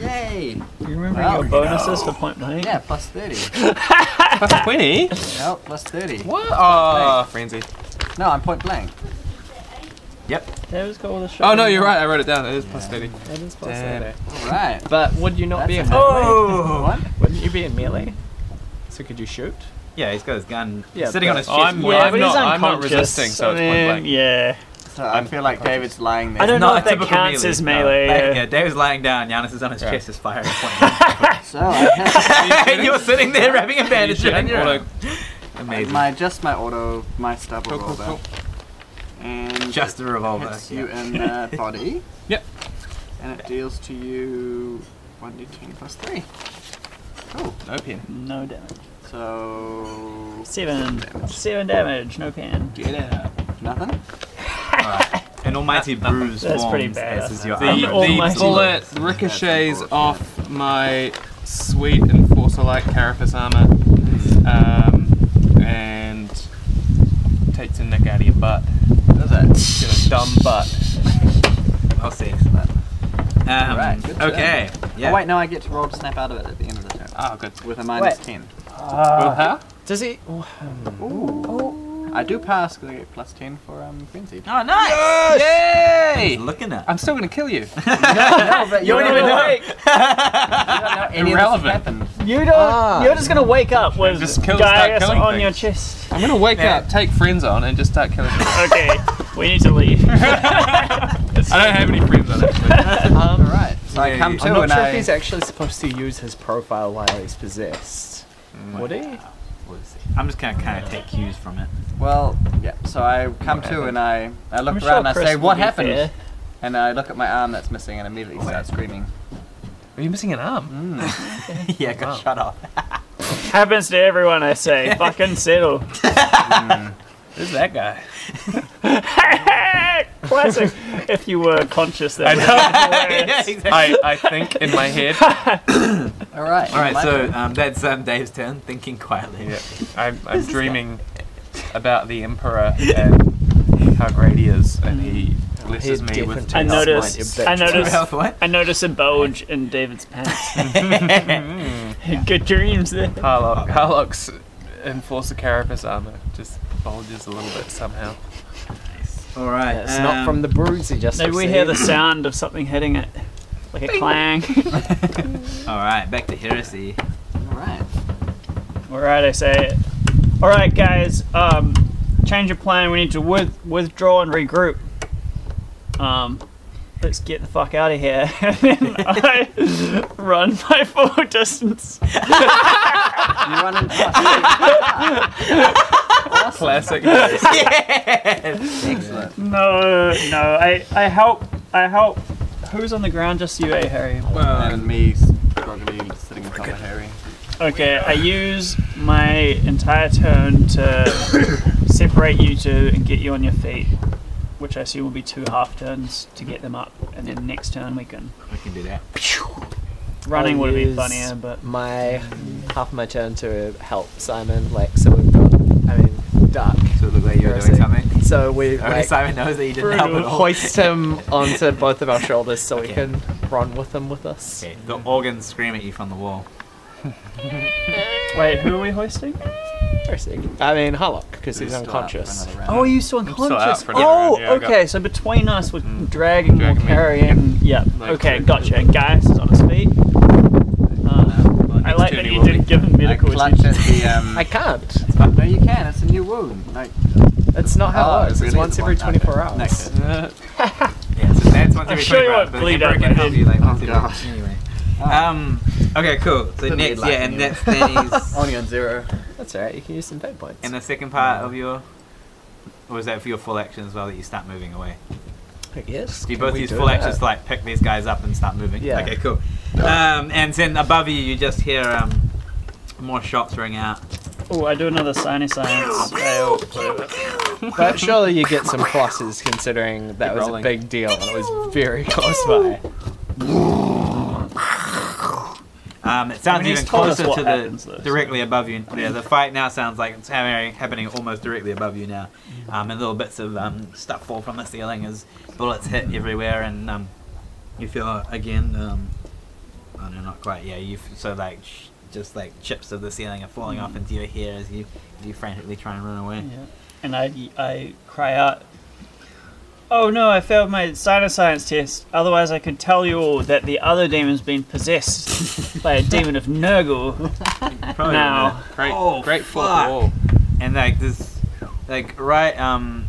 S1: Yay!
S6: You remember
S2: Wow.
S6: your bonuses for point blank?
S2: Yeah, plus 30.
S3: Plus 20?
S2: no, plus 30.
S3: What? Oh, frenzy.
S2: No, I'm point blank.
S1: Yep.
S6: That was called the show.
S3: Oh, no, you're right. I wrote it down. It is plus 30.
S5: That is plus
S3: Damn.
S5: thirty.
S2: All right.
S5: But would you not
S2: That's
S5: be
S2: a
S5: a
S2: nice
S1: Oh.
S2: What?
S5: Wouldn't you be in melee? So could you shoot?
S1: Yeah, he's got his gun
S5: Yeah,
S1: sitting on
S5: but-
S1: his chest.
S3: Oh, I'm-
S1: wall.
S6: Yeah,
S3: I'm
S6: but
S3: not-
S6: he's
S3: I'm not
S6: unconscious.
S3: resisting, so it's
S6: I
S3: point
S6: mean,
S3: blank.
S6: Yeah.
S2: So I feel like David's lying there.
S6: I don't know
S1: Not
S6: if
S1: a
S6: that
S1: typical
S6: counts
S1: melee.
S6: as
S1: No.
S6: melee.
S1: Like, yeah, Dave's lying down. Giannis is on his chest, is firing. a
S2: So I
S1: point. and you're sitting there wrapping a bandage around your
S3: Auto-
S1: arm.
S2: have
S1: Amazing.
S2: my, just my auto, my stubble
S3: Cool, cool,
S2: roll
S3: cool.
S2: And
S1: Just a revolver.
S2: hits
S1: yeah.
S2: you uh, in the body.
S3: Yep.
S2: And it deals to you 1d20 plus 3. Cool.
S3: No pin.
S6: No damage.
S2: So.
S6: Seven.
S2: Damage.
S6: Seven damage. No pan.
S2: Get out. Nothing?
S1: An almighty bruise
S6: That's pretty
S1: forms
S6: bad.
S1: as is your
S3: The,
S1: armor.
S6: The almighty-
S3: the bullet ricochets off my sweet enforcer-like carapace armor um, and takes a nick out of your butt.
S2: Does it?
S3: Get a dumb butt.
S1: I'll see. Um,
S2: Alright, good job.
S1: okay. Yeah.
S2: Oh, wait, no, I get to roll to snap out of it at the end of the turn.
S3: Oh, good.
S2: With a minus
S5: Wait.
S2: 10.
S3: Willpower?
S5: Does he? Oh,
S2: I do pass because I get plus 10 for um, frenzy.
S1: Oh, nice!
S3: Yay!
S1: He's looking at.
S3: I'm still gonna kill you.
S2: No, but you,
S6: You're
S2: don't
S6: not
S2: know-
S6: even
S2: you
S6: awake.
S2: don't know any
S3: Irrelevant.
S2: of this happened.
S6: You don't. You're just gonna wake up with
S3: Just kill- start
S6: Gaius
S3: killing
S6: on
S3: things.
S6: your chest.
S3: I'm gonna wake
S1: Yeah.
S3: up, take friends on, and just start killing people.
S6: Okay, we need to leave.
S3: I don't have any friends on actually.
S5: um,
S2: Alright, so I
S1: Yeah,
S2: come
S1: you-
S2: to
S5: I'm not
S2: and
S5: sure
S2: I.
S5: if he's actually supposed to use his profile while he's possessed.
S3: Mm.
S5: Would he?
S1: I'm just gonna kind of take cues from it.
S2: Well, yeah, so I come to and I, I look
S6: I'm
S2: around
S6: sure
S2: and I
S6: Chris
S2: say,
S6: would
S2: What
S6: be
S2: happened?
S6: fair.
S2: And I look at my arm that's missing and immediately start screaming.
S3: Are you missing an arm?
S1: yeah, I got shut off.
S6: Happens to everyone, I say. Fucking settle.
S3: Who's that guy?
S6: Classic. if you were conscious, that would be
S1: yeah,
S6: hilarious.
S1: exactly.
S3: I, I think in my head.
S2: Alright.
S1: All right,
S2: my
S1: so
S2: turn.
S1: um, that's um, Dave's turn. Thinking quietly.
S3: Yeah, I'm, I'm dreaming about the emperor and how great he is, and he blesses
S5: He
S3: me with.
S5: definitely
S6: I
S5: is
S6: notice.
S5: mind
S6: I
S5: your bitch.
S6: notice.
S1: Health, what?
S6: I notice a bulge in David's pants. Good dreams there.
S3: Harlock. Harlock's enforcer carapace armor just bulges a little bit somehow.
S1: All right.
S5: It's not
S1: um,
S5: from the
S3: Um,
S5: bruise he just.
S6: Maybe we hear the
S5: received.
S6: sound of something hitting it, like a clang.
S1: All right, back to heresy.
S2: Alright.
S6: All right, I say it. All right, guys. Um, change of plan. We need to with- withdraw and regroup. Um, let's get the fuck out of here. and then I run my full distance.
S2: You run into awesome.
S3: Classic.
S2: Excellent.
S6: No, no. I, I help. I help. Who's on the ground? Just you, eh, Harry?
S2: And me, Groggily, sitting atop a Harry.
S6: Okay, I use my entire turn to separate you two and get you on your feet, which I assume will be two half turns to get them up, and then next turn we can.
S1: We can do that.
S6: Running would have been
S5: use-
S6: funnier, but
S5: my half my turn to help Simon. Like so, we've got. I mean, Dark.
S1: So it looked like you were doing
S5: Heresy.
S1: something.
S5: So we
S1: Only
S5: like,
S1: Simon knows that you didn't help at all.
S5: hoist him onto both of our shoulders so we
S1: Okay.
S5: can run with him with us.
S1: Okay, the organs scream at you from the wall.
S6: wait, who are we hoisting?
S5: Berserk. I mean, Harlock, because he's unconscious.
S6: Oh, are you still unconscious?
S3: out for another
S6: Oh,
S3: round, yeah, I got- Mm.
S6: okay. So between us, we're dragging or
S3: Dragging me,
S6: carrying. Yeah. Okay, gotcha. Gaius is on his feet. Uh, I
S3: next
S6: like
S3: turn
S6: that
S3: he
S6: you
S3: will
S6: didn't give him
S2: I
S6: medical
S2: clutch
S6: attention.
S2: at the. Um,
S5: I can't.
S2: no, you can. It's a new wound. Like,
S5: That's not how
S2: Oh,
S5: it works.
S2: really?
S5: It's once every
S2: One- okay.
S5: 24 hours.
S2: Next.
S1: Yeah, so that's once
S6: I'm
S1: every
S6: sure
S1: 24
S6: you
S1: hours,
S6: won't
S1: but
S6: bleed
S1: the
S6: out
S1: emperor
S6: my
S1: can help you like once
S2: Oh,
S1: every
S2: God.
S1: anyway. Um. Okay, cool. So
S2: Didn't need
S1: next, yeah,
S2: life
S1: and
S2: anyway.
S1: that's Danny's.
S2: Only on zero.
S5: That's alright, you can use some fate points.
S1: And the second part of your, or is that for your full action as well that you start moving away?
S5: I guess.
S1: Do you
S5: Can
S1: both
S5: we
S1: use
S5: do
S1: full
S5: that?
S1: actions to like pick these guys up and start moving?
S5: Yeah.
S1: Okay, cool. Um, and then above you, you just hear um, more shots ring out.
S6: Oh, I do another signy science fail.
S5: But surely you get some pluses considering that was
S3: rolling.
S5: a big deal and it was very close by.
S1: Um, it
S6: I
S1: sounds
S6: mean, he's
S1: even
S6: told us
S1: closer
S6: what
S1: to the
S6: happens, though, so-
S1: directly above you. Yeah, the fight now sounds like it's happening, happening almost directly above you now.
S6: Mm.
S1: Um, and little bits of um, stuff fall from the ceiling as bullets hit everywhere, and um, you feel again. Um, oh no, not quite. Yeah, you f- so like sh- just like chips of the ceiling are falling
S6: Mm.
S1: off into your hair as you as you frantically try and run away.
S6: Yeah. And I, I cry out, Oh no, I failed my sinus science test. Otherwise, I could tell you all that the other demon's been possessed by a demon of Nurgle.
S1: Probably
S6: Now-
S1: wouldn't it?
S3: Great,
S1: Oh,
S3: great fourth
S1: fuck.
S3: wall.
S1: and like this, like right. Um,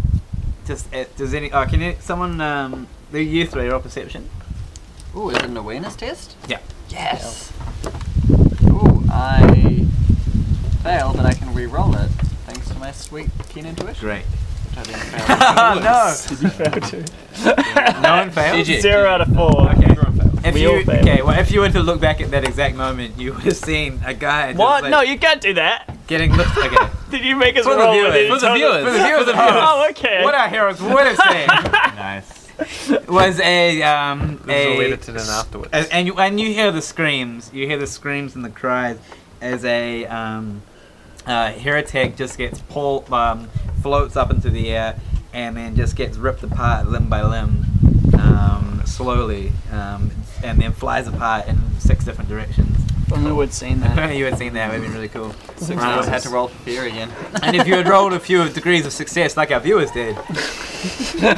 S1: just uh, does any? Oh, can you, someone? Um, the you three roll perception.
S2: Ooh, is it an awareness test?
S1: Yeah.
S2: Yes. Ooh, I fail, but I can re-roll it thanks to my sweet keen intuition.
S1: Great.
S2: Which I didn't fail.
S1: Oh no! No one failed.
S3: GG.
S6: Zero out of four.
S1: Okay. If
S6: We
S1: you
S6: all failed.
S1: okay, well, if you were to look back at that exact moment, you would have seen a guy. Just,
S6: What?
S1: like,
S6: No, you can't do that.
S1: getting looked. Okay.
S6: Did you make us
S1: For the
S6: roll with it?
S1: viewers. For the
S6: You told
S1: viewers.
S6: us-
S1: For the viewers, the
S6: Oh,
S1: viewers.
S6: okay.
S1: What our heroes would have seen. nice. Was a um
S3: This is all
S1: a,
S3: edited in afterwards.
S1: and, and you and you hear the screams. You hear the screams and the cries as a um uh, heretic just gets pulled um floats up into the air and then just gets ripped apart limb by limb um slowly um and then flies apart in six different directions.
S6: From the wood scene there.
S1: Apparently you had seen that. It would have been really cool.
S2: Six I had to roll for fear again.
S1: And if you had rolled a few degrees of success like our viewers did, you
S6: Well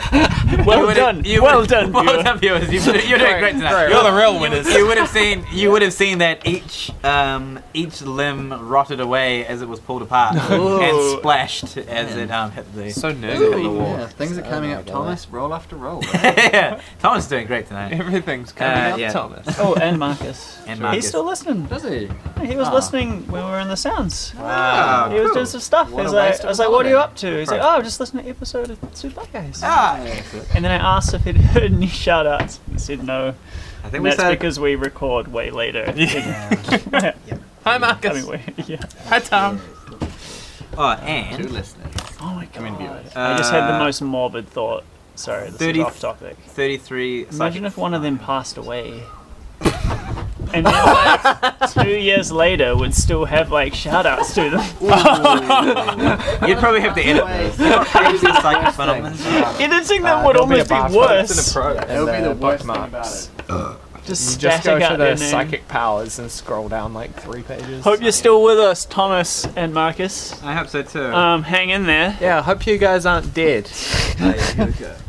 S1: would've-
S6: done.
S1: you
S6: Well
S1: would've-
S6: done,
S1: well
S6: viewer.
S1: done, viewers. You, you're doing great tonight.
S3: You're the real winners.
S1: You would have seen. You would have seen that each um, each limb rotted away as it was pulled apart and splashed as it um, hit the.
S3: So nerdy.
S2: yeah, things are coming
S5: Oh
S2: up, Thomas. Roll after roll.
S1: yeah, Thomas is doing great tonight.
S3: Everything's coming
S1: Uh,
S3: up,
S1: yeah.
S3: Thomas.
S6: Oh, and Marcus.
S1: And Marcus.
S6: He's still listening.
S2: Does he?
S6: He was
S2: Ah.
S6: listening when we were in the sounds.
S1: Wow,
S6: He was
S1: cool.
S6: doing some stuff.
S2: What
S6: He was
S2: a waste
S6: like,
S2: of
S6: I was like, what are you
S2: holiday.
S6: up to? He's like,
S1: Right.
S6: oh, I'm just listening to an episode of Super Guys.
S1: Ah,
S6: And then I asked if he'd heard any shout outs. He said no.
S1: I think
S6: And
S1: we
S6: that's
S1: started.
S6: because we record way later.
S3: Hi, Marcus.
S6: anyway, yeah.
S3: Hi, Tom.
S1: Oh,
S2: Two
S1: and
S2: listeners.
S6: Oh my god.
S2: viewers.
S6: I just had the
S1: Uh,
S6: most morbid thought. Sorry, this
S1: 30
S6: is off topic.
S1: thirty-three.
S6: Imagine
S1: psychic-
S6: if one of them passed away. and then, like, two years later, would still have like shout outs to them.
S1: You'd probably have to edit.
S2: Anyways,
S1: those. Psychic phenomenon.
S6: Editing them would
S5: Uh, there'll be a
S6: almost be,
S5: bar for it.
S6: worse.
S2: It'll be the worst thing
S5: bookmarks.
S2: about it.
S6: Just
S5: Just
S6: static
S5: go to
S6: out
S5: the
S6: their name.
S5: psychic powers and scroll down like three pages.
S6: Hope you're still with us, Thomas and Marcus.
S1: I hope so too.
S6: Um, hang in there.
S5: yeah, hope you guys aren't dead.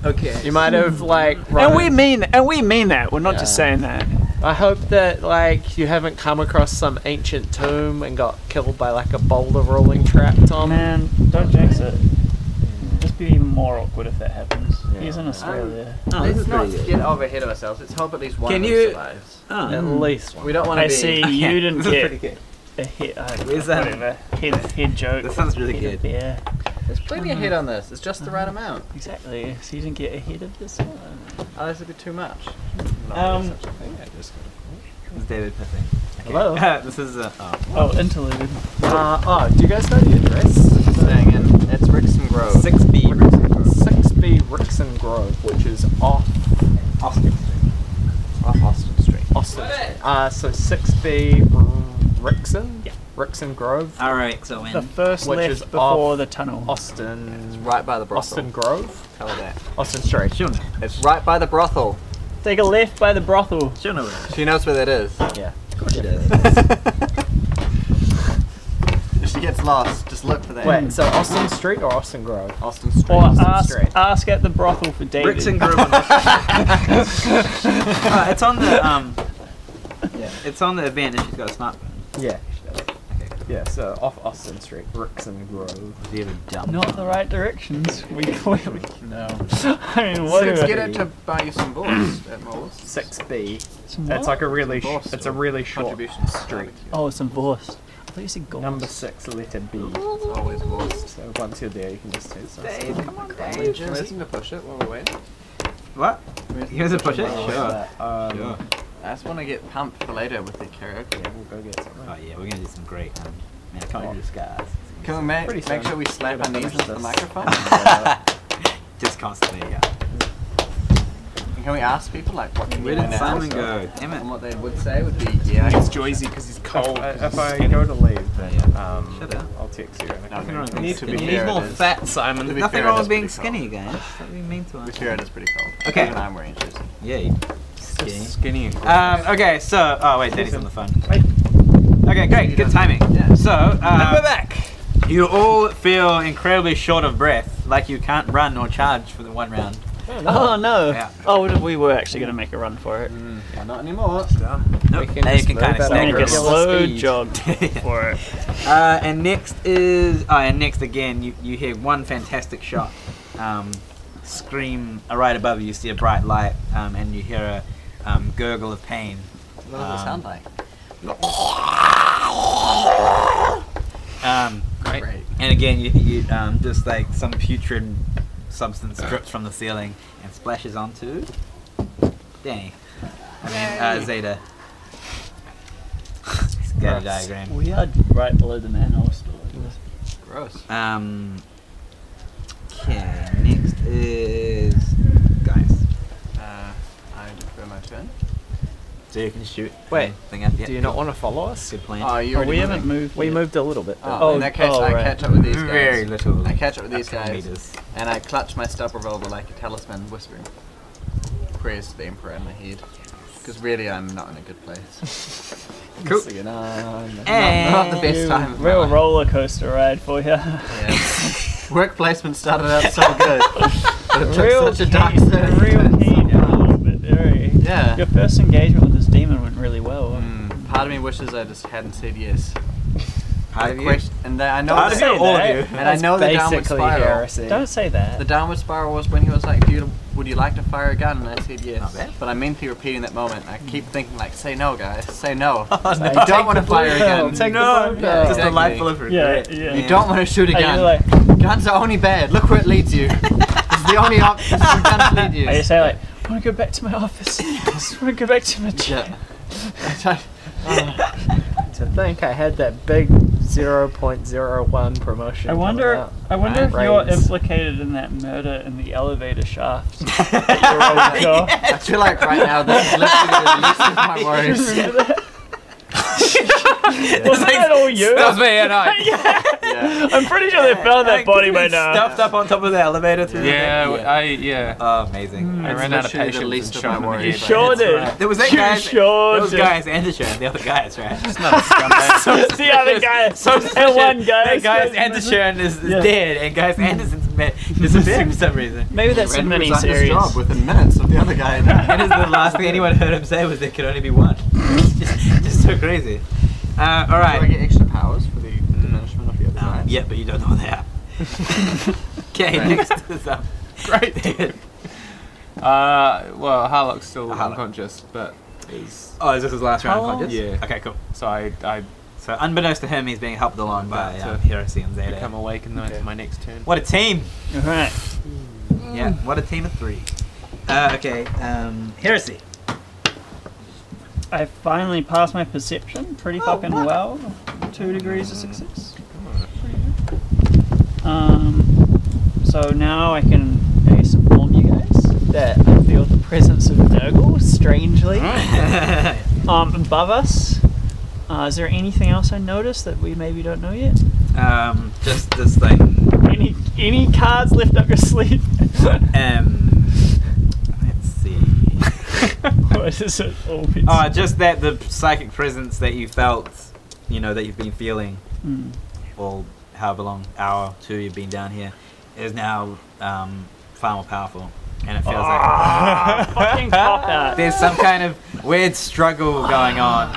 S1: okay.
S5: You might have like.
S6: And
S5: run-
S6: we mean and we mean that. We're not just saying that.
S5: I hope that like you haven't come across some ancient tomb and got killed by like a boulder rolling trap, Tom.
S6: Um, Man, don't jinx it. Just be even more awkward if that happens. He's in Australia.
S1: Oh,
S2: Let's not get over ahead of ourselves. Let's hope at least one
S1: Can
S2: of
S1: you-
S2: us survives.
S1: Oh.
S5: At least one.
S2: We don't want to
S6: Mm. I
S2: be.
S6: see
S1: Yeah,
S6: you didn't
S1: this is pretty
S6: get
S1: good.
S6: a hit. I don't know,
S1: Where's that?
S6: Whatever. Head, head joke.
S1: That sounds really
S6: head of
S1: good.
S6: bear.
S2: There's plenty of head on this. It's just the right
S6: Mm-hmm.
S2: amount. Oh,
S6: Exactly. So you didn't get a hit of this one.
S2: Otherwise, it'd be too much.
S6: Um,
S1: This is David Piffing.
S5: Hello.
S1: this is uh, oh.
S6: oh, interlude.
S5: Uh, oh, do you guys know the address?
S2: Dang it. It's Rixon Grove.
S1: 6B.
S5: Six B Rixon Grove, which is off
S1: Austin.
S2: off Austin Street.
S5: Austin. Street. Uh, so six B Rixon.
S6: Yeah.
S5: Rixon Grove,
S1: RX O
S6: The
S1: N.
S6: first
S5: Which
S6: left
S5: is
S6: before
S5: off-
S6: the tunnel.
S5: Austin.
S2: Right by the brothel.
S5: Austin Grove.
S2: Tell her that.
S5: Austin Street.
S1: She'll know.
S2: It's right by the brothel.
S6: Take a left by the brothel.
S1: She'll know where it
S2: She knows where that is.
S5: Yeah.
S2: She does.
S6: She
S2: gets lost, just look for that.
S8: Wait, so Austin Street or Austin Grove?
S2: Austin Street.
S6: Or
S8: Austin
S6: ask,
S8: Street.
S6: ask at the brothel for David.
S8: Bricks and Grove.
S1: Uh, it's on the um.
S8: Yeah.
S1: It's on the event, and she's got a smartphone.
S8: yeah. Yeah, so off Austin Street, Bricks and Grove.
S1: Is even dumb?
S6: Not the right directions. We clearly.
S8: No.
S6: I mean, what?
S2: Let's
S6: are-
S2: get it to buy you some balls at malls.
S8: Six B.
S6: Some
S8: That's
S6: what?
S8: like a really, sh-
S2: Boston.
S8: it's a really short
S2: Contributions to
S8: street.
S2: barbecue.
S6: Oh, it's divorced. I thought you said gold.
S8: Number six, letter B.
S2: It's always balls.
S8: So once you're there, you can just take some.
S2: come on, Dave. Can we ask him to push it while we're waiting?
S1: What?
S2: Can we ask him
S1: You guys
S2: to
S1: are push it?
S2: while we're waiting?
S1: Sure.
S8: Um,
S1: Sure.
S2: I just want to get pumped for later with the karaoke.
S8: Yeah, we'll go get something.
S1: Oh yeah, we're gonna do some great. Um, man, I can't do this, guys.
S2: Can we make,
S8: Pretty
S2: make
S8: soon.
S2: sure we slap
S8: Get
S2: our
S8: up
S2: knees
S8: to
S2: into the
S8: this.
S2: microphone?
S1: Just constantly. Yeah.
S2: And Can we ask people like what
S1: Where did Simon go? Damn
S2: And
S1: it.
S2: what they would say would be, yeah, I
S3: It's Joyzy because he's cold.
S8: I-
S3: He's
S8: Uh, if I
S3: skinny.
S8: go to leave, then um,
S1: Shut up.
S8: I'll text you. and I
S2: Nothing
S8: can-
S2: wrong with
S1: Need
S2: being
S1: to
S2: skinny.
S1: be
S2: To be
S1: fair,
S2: fair,
S1: it
S2: more
S1: is-
S2: fat,
S3: Simon.
S2: To be
S1: Nothing
S2: fair, it
S1: wrong
S2: is
S1: with being
S2: pretty
S1: skinny, guys. Don't be mean to
S2: Cold. To be
S1: us.
S2: fair, it is pretty cold.
S1: Okay.
S2: Even I'm wearing shoes.
S1: Yeah.
S3: Just
S1: Skinny.
S3: skinny. and
S1: Um, okay, so oh wait, Danny's on the phone. Okay, great, good timing.
S2: Yeah.
S1: So uh, we're back. You all feel incredibly short of breath, like you can't run or charge for the one round.
S6: Oh no!
S1: Yeah.
S6: Oh, we were actually going to make a run for it.
S2: Yeah, not anymore.
S1: Nope.
S8: We can
S1: now you
S8: just
S1: can
S8: move
S1: kind of
S8: that
S6: I'm going to
S8: Thank you.
S6: get
S1: stagger.
S8: over.
S6: slow
S8: Speed.
S6: jogged for it.
S1: Uh, and next is oh, and next again, you you hear one fantastic shot, um, scream uh, right above you. You see a bright light, um, and you hear a um, gurgle of pain.
S2: What does it sound like?
S1: Um,
S3: Great.
S2: Great.
S1: And again, you, you um, just like some putrid substance drips from the ceiling and splashes onto Danny. I mean, uh, Zeta. Got a diagram.
S6: We are right below the manhole still.
S2: Gross.
S1: Um. Okay. Next is guys.
S2: Uh, I defer my turn.
S1: So you can shoot.
S8: Wait,
S1: Thing up. Yeah,
S8: Do you not want to follow us?
S1: Good plan.
S2: Oh, you
S6: Oh,
S2: already
S6: we
S2: moving.
S6: haven't moved.
S8: We
S6: yet.
S8: moved a little bit. though.
S2: Oh,
S6: Oh,
S2: in that case,
S6: oh,
S2: I
S6: right.
S2: catch up with these guys.
S1: Very little.
S2: I catch up with these guys,
S1: Meters.
S2: and I clutch my stub revolver like a talisman, whispering prayers to the emperor in my head. Because really, I'm not in a good place.
S1: Cool.
S8: Singing on.
S1: And
S2: not the best
S6: You-
S2: time. of my
S6: Real
S2: life.
S6: roller coaster ride for you.
S2: Yeah. Work placement started out so good. but it took
S6: real
S2: such a dark turn.
S6: Real keen for a little bit. Very.
S2: Yeah.
S6: Your first engagement with this demon went really well.
S2: Mm, part of me wishes I just hadn't said yes.
S1: Part of you.
S2: Question- and I know
S1: Part
S2: that-
S1: of you. All of you.
S2: And I know the downward
S8: Basically
S2: spiral.
S8: heresy.
S6: Don't say that.
S2: The downward spiral was when he was like, "Do you, would you like to fire a gun?" And I said yes.
S1: Not bad.
S2: But I'm mentally repeating that moment. I keep thinking like, "Say no, guys. Say Oh, no.
S1: no.
S2: You don't want to fire a
S8: pill.
S2: gun.
S8: Take the
S1: no,
S8: blue
S1: just a
S2: pill.
S1: life full of
S6: yeah,
S1: regret.
S6: yeah.
S2: You don't want to shoot a
S6: Are you
S2: gun.
S6: like,
S2: guns are only bad. Look where it leads you. it's the only option for guns lead you.
S6: I just say like, I want to go back to my office. I just want to go back to my chair.
S2: Yeah. I tried-
S8: To think I had that big 0.01 promotion.
S6: I
S8: coming
S6: wonder.
S8: up.
S6: I wonder if
S8: Right.
S6: you're
S8: Brains.
S6: implicated in that murder in the elevator shaft. that you rolled off.
S2: I feel like right now this is literally the least of my worries.
S6: Remember that? Wasn't that all you?
S3: That's me and I.
S2: Yeah.
S6: I'm pretty sure they found that
S1: Like,
S6: body by
S1: it's Stuffed
S6: now.
S1: up on top of the elevator. through the
S3: Yeah,
S1: thing.
S3: w- I yeah.
S1: Oh, amazing.
S8: Hmm.
S3: I ran out of
S2: literally the
S3: patience
S2: least
S3: and
S2: of
S3: shot
S2: my
S3: him in the
S2: worries.
S3: head.
S6: Sure
S2: That's
S6: did.
S2: right.
S1: There was that
S6: You
S1: guy.
S6: sure
S1: those
S6: did.
S1: guys and the Sharon, the other guys, right?
S3: It's not a scumbag.
S6: the other guy.
S1: So
S6: that one guy.
S1: That guys and the Sharon is, is
S6: Yeah.
S1: dead, and guys Anderson's met, disappeared for some reason.
S6: Maybe that's a
S2: Redwood
S6: mini
S2: resigned his job
S6: series.
S2: within minutes of the other guy.
S1: That is the last thing anyone heard him say was there could only be one. It's just, just so crazy. Uh, all
S2: Do I
S1: right.
S2: get extra powers for the diminishment of the other
S1: Um,
S2: guy?
S1: yeah, but you don't know what they are. Okay,
S2: Right.
S1: next is um,
S3: Great. Uh, well, Harlock's still
S1: Harlock.
S3: unconscious, but is
S1: oh, is this his last round?
S6: How
S1: unconscious?
S3: long? Yeah.
S1: Okay, cool.
S3: so I I
S1: So unbeknownst to him, he's being helped along by
S3: About to
S1: um, Heresy and Zeta.
S3: become awake and then it's my next turn.
S1: What a team!
S6: All right.
S1: Yeah, what a team of three. Uh, okay, um, Heresy.
S6: I finally passed my perception pretty fucking well. Two degrees of success. Pretty good. Um, so now I can I guess inform you guys that I feel the presence of Nurgle, strangely. Um, above us. Uh, is there anything else I noticed that we maybe don't know yet?
S1: um, just this thing.
S6: Any any cards left up your sleeve?
S1: Um, let's see.
S6: or is it all bits?
S1: Oh, just that the psychic presence that you felt, you know, that you've been feeling
S6: Hmm.
S1: all however long hour two you've been down here is now um, far more powerful, and it feels like
S3: Ah.
S6: Fucking cop out.
S1: there's some kind of weird struggle going on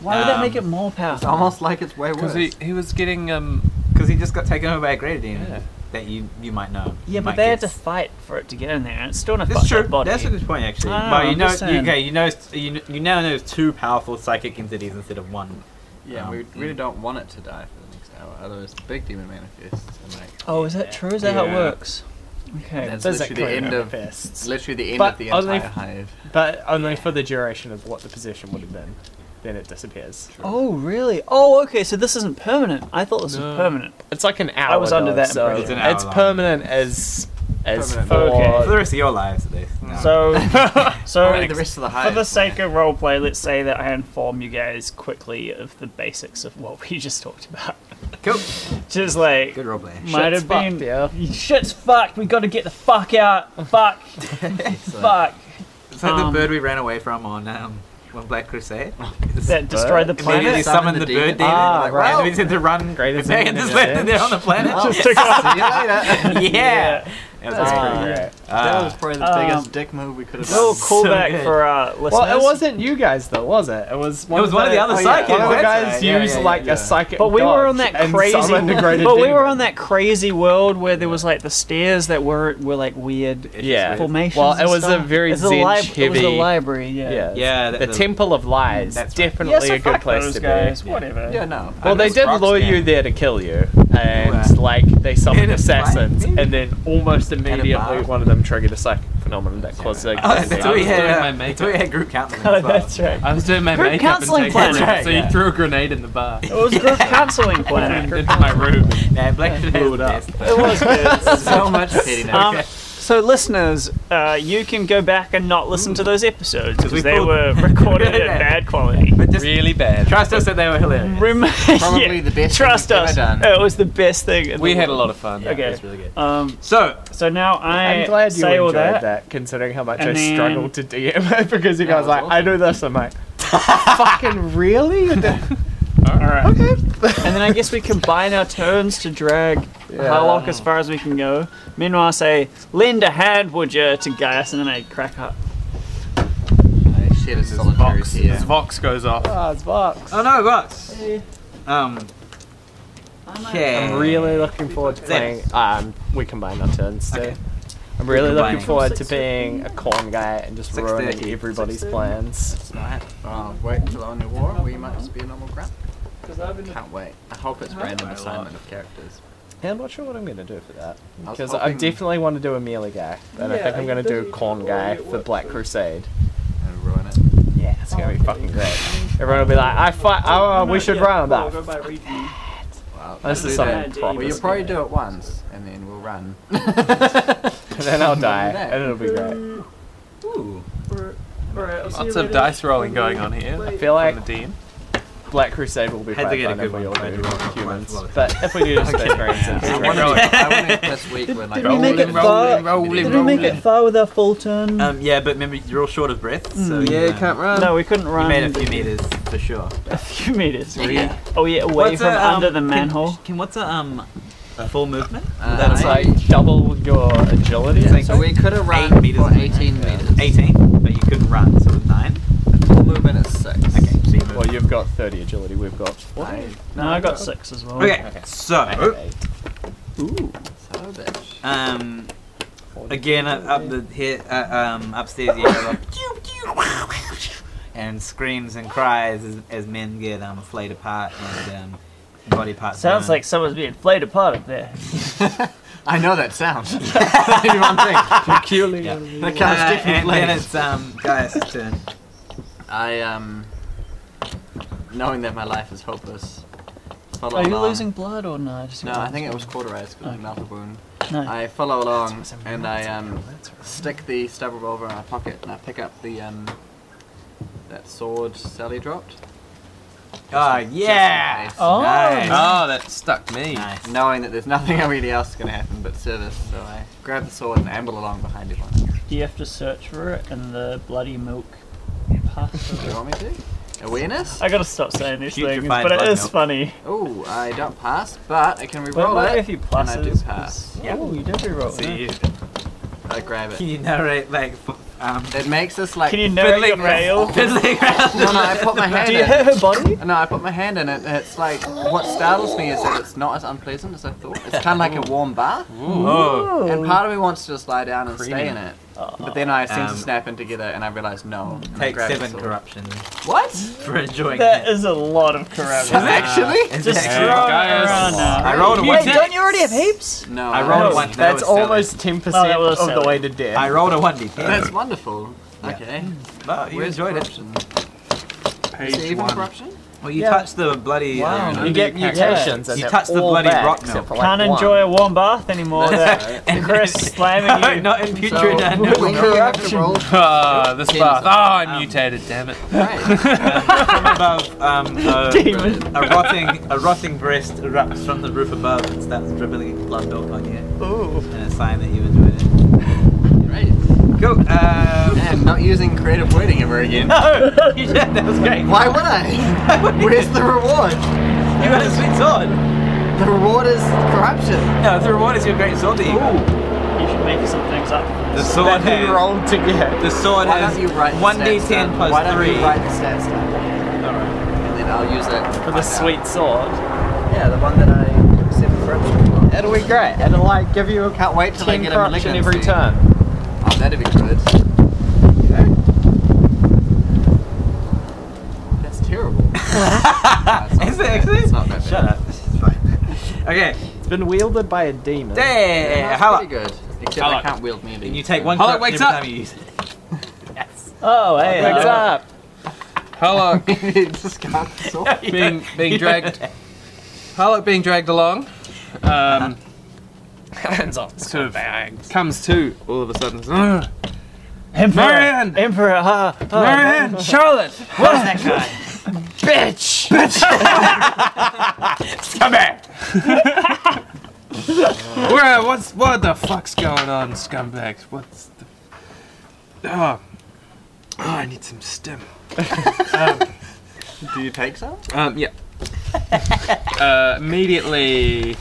S6: Why would that make
S1: Um,
S6: it more
S2: It's
S6: powerful?
S2: almost like it's way worse.
S3: Because he, he was getting um
S1: because he just got taken over by a greater demon
S3: Yeah.
S1: that you you might know.
S6: Yeah,
S1: you
S6: but
S1: might
S6: they had
S1: guess.
S6: to fight for it to get in there, and it's still in a
S1: That's
S6: fucked
S1: true.
S6: up body.
S1: That's a good point, actually.
S6: Ah,
S1: well, you
S6: I'm
S1: know,
S6: just
S1: you,
S6: saying.
S1: okay, you know, you, kn- you now know there's two powerful psychic entities instead of one.
S2: yeah,
S1: Um,
S2: we really don't want it to die for the next hour. Otherwise, the big demon manifests. And like,
S6: Oh, is that true? Is that how it
S3: Yeah.
S6: works? Okay.
S2: That's
S6: but-
S2: literally the end of
S8: manifests.
S2: literally the end
S8: But
S2: of the
S8: only
S2: entire
S8: if-
S2: hive.
S8: But only for the duration of what the position would have been. Then it disappears.
S6: oh, really? Oh, okay. So this isn't permanent. I thought this was
S3: No.
S6: permanent.
S8: It's like an hour.
S6: I was under
S8: though,
S6: that
S8: so
S6: impression.
S1: It's an hour
S8: it's
S1: long.
S8: permanent as as
S2: Permanent.
S8: for
S6: Okay.
S1: For the rest of your lives, at least. No.
S6: So, so
S2: Only the rest of the hive.
S6: for the sake of roleplay, let's say that I inform you guys quickly of the basics of what we just talked about.
S1: cool.
S6: Just like
S1: Good roleplay.
S6: might
S8: Shit's
S6: have been
S8: fucked,
S6: shit's fucked. We got to get the fuck out. Fuck, fuck.
S1: Is that
S6: Um,
S1: the bird we ran away from on um, on Black Crusade?
S6: That destroyed the
S1: Immediately
S6: planet.
S2: Summon
S1: summoned
S2: the
S1: the, bird demon.
S2: demon.
S8: Ah,
S1: like,
S8: right.
S1: wow, we said to run.
S8: Great
S1: and
S8: as
S1: they
S8: an
S1: just
S8: internet
S1: left it there on the planet.
S6: Just took off.
S2: See you later.
S1: yeah. That was
S6: Ah.
S1: pretty
S8: Right.
S1: great.
S2: that
S1: Ah.
S2: was probably the
S6: Um,
S2: biggest dick move we could have
S6: Little
S2: done.
S6: callback
S1: good.
S6: for uh, listeners.
S8: Well, it wasn't you guys though, was it? It was one
S1: was
S8: of
S1: one of the other
S8: oh, yeah,
S1: psychics,
S8: One of the
S1: that's
S8: guys
S1: right. Yeah,
S8: used
S1: yeah,
S8: like
S1: yeah.
S8: a psychic.
S6: But we were on
S8: dodge
S6: that
S8: and
S6: crazy.
S8: summoned a greater
S6: But we were
S8: demon.
S6: on that crazy world where there was like the stairs that were were like weird
S8: Yeah.
S6: formations.
S8: Well,
S6: and
S8: it was a
S6: stuff.
S8: very
S6: It's a
S8: Zench
S6: lib- It was a
S8: heavy-
S6: library. Yeah.
S8: Yeah,
S1: Yeah,
S8: the,
S1: that- the-
S8: Temple of Lies.
S1: That's right.
S8: Definitely
S6: Yeah, so
S8: a good
S6: fuck
S8: place
S6: those
S8: to
S6: guys.
S8: be.
S6: Whatever.
S2: Yeah, no.
S8: Well,
S1: And
S8: they
S1: those
S8: did
S1: rocks
S8: lure you
S1: down.
S8: there to kill you, and
S1: Right.
S8: like they summoned
S1: In a fight,
S8: assassins,
S1: maybe?
S8: and then almost immediately
S1: bar.
S8: one of them triggered a psychic phenomenon that caused a.
S1: Oh, that's what we had.
S3: doing my
S1: Uh,
S3: makeup.
S1: that's what we had group counseling.
S6: Oh,
S1: as well.
S6: that's right.
S3: I was doing my
S6: Group
S3: makeup
S6: counseling
S3: and
S6: plan.
S3: taking pictures, so you
S1: Yeah.
S3: threw a grenade in the bar
S6: It was group counseling
S3: and
S6: plan.
S3: into my room.
S1: Yeah, Black Crusade
S3: Blew it up.
S1: It
S2: so much pettiness.
S6: Um, so listeners, uh, you can go back and not listen to those episodes because
S1: we
S6: they
S1: pulled-
S6: were recorded at
S1: Yeah.
S6: bad quality.
S1: But just
S3: Really bad.
S1: trust us that they were hilarious.
S6: Rem-
S2: Probably
S6: yeah,
S2: the best
S6: Trust
S2: thing we've
S6: us,
S2: ever done.
S6: it was the best thing. in
S3: We
S6: the
S3: had a
S6: world.
S3: lot of fun.
S1: Yeah,
S6: Okay.
S1: That's really good.
S6: Um,
S1: So,
S6: so now I
S8: I'm glad you
S6: say all
S8: enjoyed
S6: that.
S8: that. considering how much
S6: And
S8: I
S6: then-
S8: struggled to DM it because you
S2: That
S8: guys
S2: was
S8: like, I do this, I'm like, fucking really? And then-
S6: All right. and then I guess we combine our turns to drag Harlock as far as we can go. Meanwhile, I say, "Lend a hand, would you?" to Gaius, and then I crack up.
S2: I shed a solitary
S3: Vox.
S2: tear.
S3: His Vox goes off.
S8: Ah, it's box.
S1: oh no, Vox. Um. Okay.
S8: I'm really looking forward to
S1: Then-
S8: playing. Um, we combine our turns too.
S1: Okay.
S8: I'm really looking
S1: Combining.
S8: forward to being a corn guy and just
S1: 6:30.
S8: ruining everybody's plans.
S2: Oh, wait till only war. We might just be a normal crap. Can't wait. I hope it's random assignment of characters.
S8: Yeah, I'm not sure what I'm gonna do for that
S2: I was
S8: because I
S2: hoping-
S8: definitely want to do a melee guy, and I think I'm gonna do corn guy for Black Crusade.
S2: And ruin it.
S8: Yeah, it's gonna be fucking great. Everyone will be like, I fight. Oh, we should run that.
S2: Wow.
S8: This
S2: We'll
S8: is
S2: do
S8: something
S2: that.
S8: proper.
S2: Well, you'll probably do it once, and then we'll run.
S8: And then I'll die,
S2: that.
S8: and it'll be great.
S1: Ooh.
S3: Lots of dice rolling going on here.
S8: I feel like
S3: From the DM.
S8: Black Crusade will be
S1: Had to
S8: quite
S1: get a
S8: fun if
S1: good
S8: we all
S1: one. Had to
S8: do
S1: roll a couple
S8: humans.
S1: ones.
S8: But if we do just space marines, it'd be
S2: I
S8: great.
S2: want it, I want it this week when like
S6: did we make it far?
S2: rolling,
S6: Did we make it far with our full turn?
S1: Um, yeah, but remember, you're all short of breath, so you, um,
S8: run.
S6: no, we couldn't
S1: You
S6: run.
S1: made a
S6: but-
S1: few meters for sure.
S6: A few meters.
S2: Yeah.
S6: Oh yeah, away
S1: What's
S6: from
S1: a, um,
S6: under the
S1: can-
S6: manhole.
S1: Can, what's a um a full movement?
S2: Uh,
S1: Without
S8: It's
S1: a
S2: I-
S8: like double your agility. I
S2: Yeah,
S8: think.
S2: so we could have run
S1: Eight meters
S2: for
S1: away.
S2: 18 meters.
S1: Eighteen, but you couldn't run, so it was nine.
S2: Full movement is six.
S1: Okay, so you moved.
S8: Well, you've got 30 agility. We've got.
S2: I,
S6: No, I got six as well.
S1: okay,
S8: okay.
S1: so
S8: Eight.
S2: so bitch.
S1: um again uh, up the here uh, um upstairs you hear like, pew, pew, and screams and cries as, as men get um flayed apart and um body parts. Uh,
S6: Sounds
S1: burned.
S6: like someone's being flayed apart up there.
S2: I know that sound. Maybe one thing. That
S1: Uh,
S2: counts
S1: and
S2: differently.
S1: then it's um guys' turn.
S2: I um, knowing that my life is hopeless. Follow
S6: Are you
S2: along.
S6: losing blood or no? Just
S2: No, I think it was cauterized because of mouth wound.
S6: no.
S2: I follow along and I um, stick the stub revolver in my pocket and I pick up the um, that sword Sally dropped.
S1: Oh yeah.
S2: Just in case.
S6: Oh.
S1: Nice.
S3: Oh, that stuck me.
S1: Nice.
S2: Knowing that there's nothing really else going to happen but service, so I grab the sword and amble along behind everyone.
S6: Do you have to search for it in the bloody milk?
S2: Do you want me to? Awareness?
S6: I gotta stop saying these
S1: Huge
S6: things,
S1: defiant
S6: but it
S1: blood
S6: is
S1: milk.
S6: funny.
S2: Oh, I don't pass, but I can
S6: But
S2: reroll
S6: what
S2: it.
S6: if you
S2: and
S6: plus
S2: I do pass.
S6: Yeah. Oh, you did reroll.
S1: See you.
S2: I grab
S1: Can
S2: it.
S1: you narrate like f- um?
S2: It makes us like.
S6: Can you narrate your
S1: Fiddling
S6: rail?
S1: Fiddling around.
S2: no, no, I put my hand
S6: Do
S2: in.
S6: you hit her body?
S2: No, I put my hand in it, and it's like what startles me is that it's not as unpleasant as I thought. It's kind of like a warm bath,
S1: Oh.
S2: and part of me wants to just lie down and stay in it. But then I seem
S1: Um,
S2: to snap in together, and I realize no. and I
S1: Take
S2: grab the
S1: seven
S2: sword.
S1: corruption
S2: What?
S1: for enjoying
S6: That
S1: it.
S6: is a lot of corruption.
S1: Uh,
S2: Actually?
S6: Just
S1: exactly.
S6: throw it
S3: guys.
S6: around now.
S1: I rolled a one.
S8: Wait, don't you already have heaps?
S2: No.
S1: I rolled one. That
S8: That's
S1: was silly.
S8: almost ten
S6: Oh,
S8: percent
S6: that was
S8: of the
S6: silly.
S8: way to death.
S1: I rolled a one d
S2: That's wonderful. Okay.
S1: Well, you
S2: Where's
S1: enjoyed it.
S2: corruption?
S3: Page
S2: Is it even
S3: one.
S2: corruption?
S1: Well, you
S8: Yeah.
S1: touched the bloody.
S8: Wow.
S1: um,
S8: you get
S3: Yeah.
S8: mutations and
S1: You
S8: they're
S1: touch the
S8: all
S1: bloody
S8: back
S1: rock
S8: except
S1: milk.
S8: for, like,
S6: Can't
S8: one.
S6: enjoy a warm bath anymore. That
S1: and
S6: Chris slamming
S1: No,
S6: you.
S1: not in future.
S2: So,
S1: no, no.
S2: when you have to roll
S3: Ah, this
S2: Ten.
S3: bath. Ah, I'm
S1: Um,
S3: mutated. Damn it.
S2: Right.
S1: from above, um, a,
S6: Demon.
S1: a rotting, a rotting breast erupts from the roof above and starts dribbling blood milk on you,
S6: Ooh.
S1: and a sign that you enjoyed it.
S2: Right.
S1: Cool. Um,
S2: And not using creative wording ever again.
S1: no, you did. That was great.
S2: Why would I? Where's the reward?
S1: You had a sweet sword.
S2: The reward is corruption.
S1: No, the reward is your great sword that you got.
S6: You should make some things up.
S1: The sword
S8: That you
S1: has.
S8: rolled to get.
S1: The sword
S2: Why
S1: has
S2: don't you write the
S1: one
S2: stats
S1: d10
S2: down?
S1: plus
S2: Why don't
S1: three.
S2: you write the stats down?
S1: Alright.
S2: And then I'll use it.
S6: For the sweet sword.
S2: Yeah, the one that I accept corruption for.
S8: It'll be great. It'll like give you a
S2: Can't wait till I
S8: ten
S2: get a
S8: corruption every
S2: malignancy.
S8: turn.
S2: Oh, that'd be good. That's terrible.
S1: Is it actually?
S2: It's not that bad.
S1: Shut up. It's fine. Okay.
S8: It's been wielded by a demon.
S1: Yeah.
S2: That's
S1: How
S2: pretty good. Except I
S3: Hello.
S2: can't wield me.
S1: And you take one
S3: Hello,
S1: corruption
S3: wakes
S1: every
S3: up.
S1: time you use it.
S6: Oh, hey.
S8: What's
S6: uh,
S8: up?
S3: Hello.
S2: Just can't solve it.
S3: being being dragged. Harlock being dragged along. Um, hands off. Sort of comes to all of a sudden. "Ugh,
S6: Emperor.
S3: Marianne!
S6: Emperor. uh, Ha. ha,
S3: Marianne, Oh, Charlotte,
S6: What's that guy?
S3: bitch, bitch, come back. Where? What's what the fuck's going on, scumbags? What's the? Oh, oh I need some stim.
S2: Do you take some?
S3: Um, yeah. uh, immediely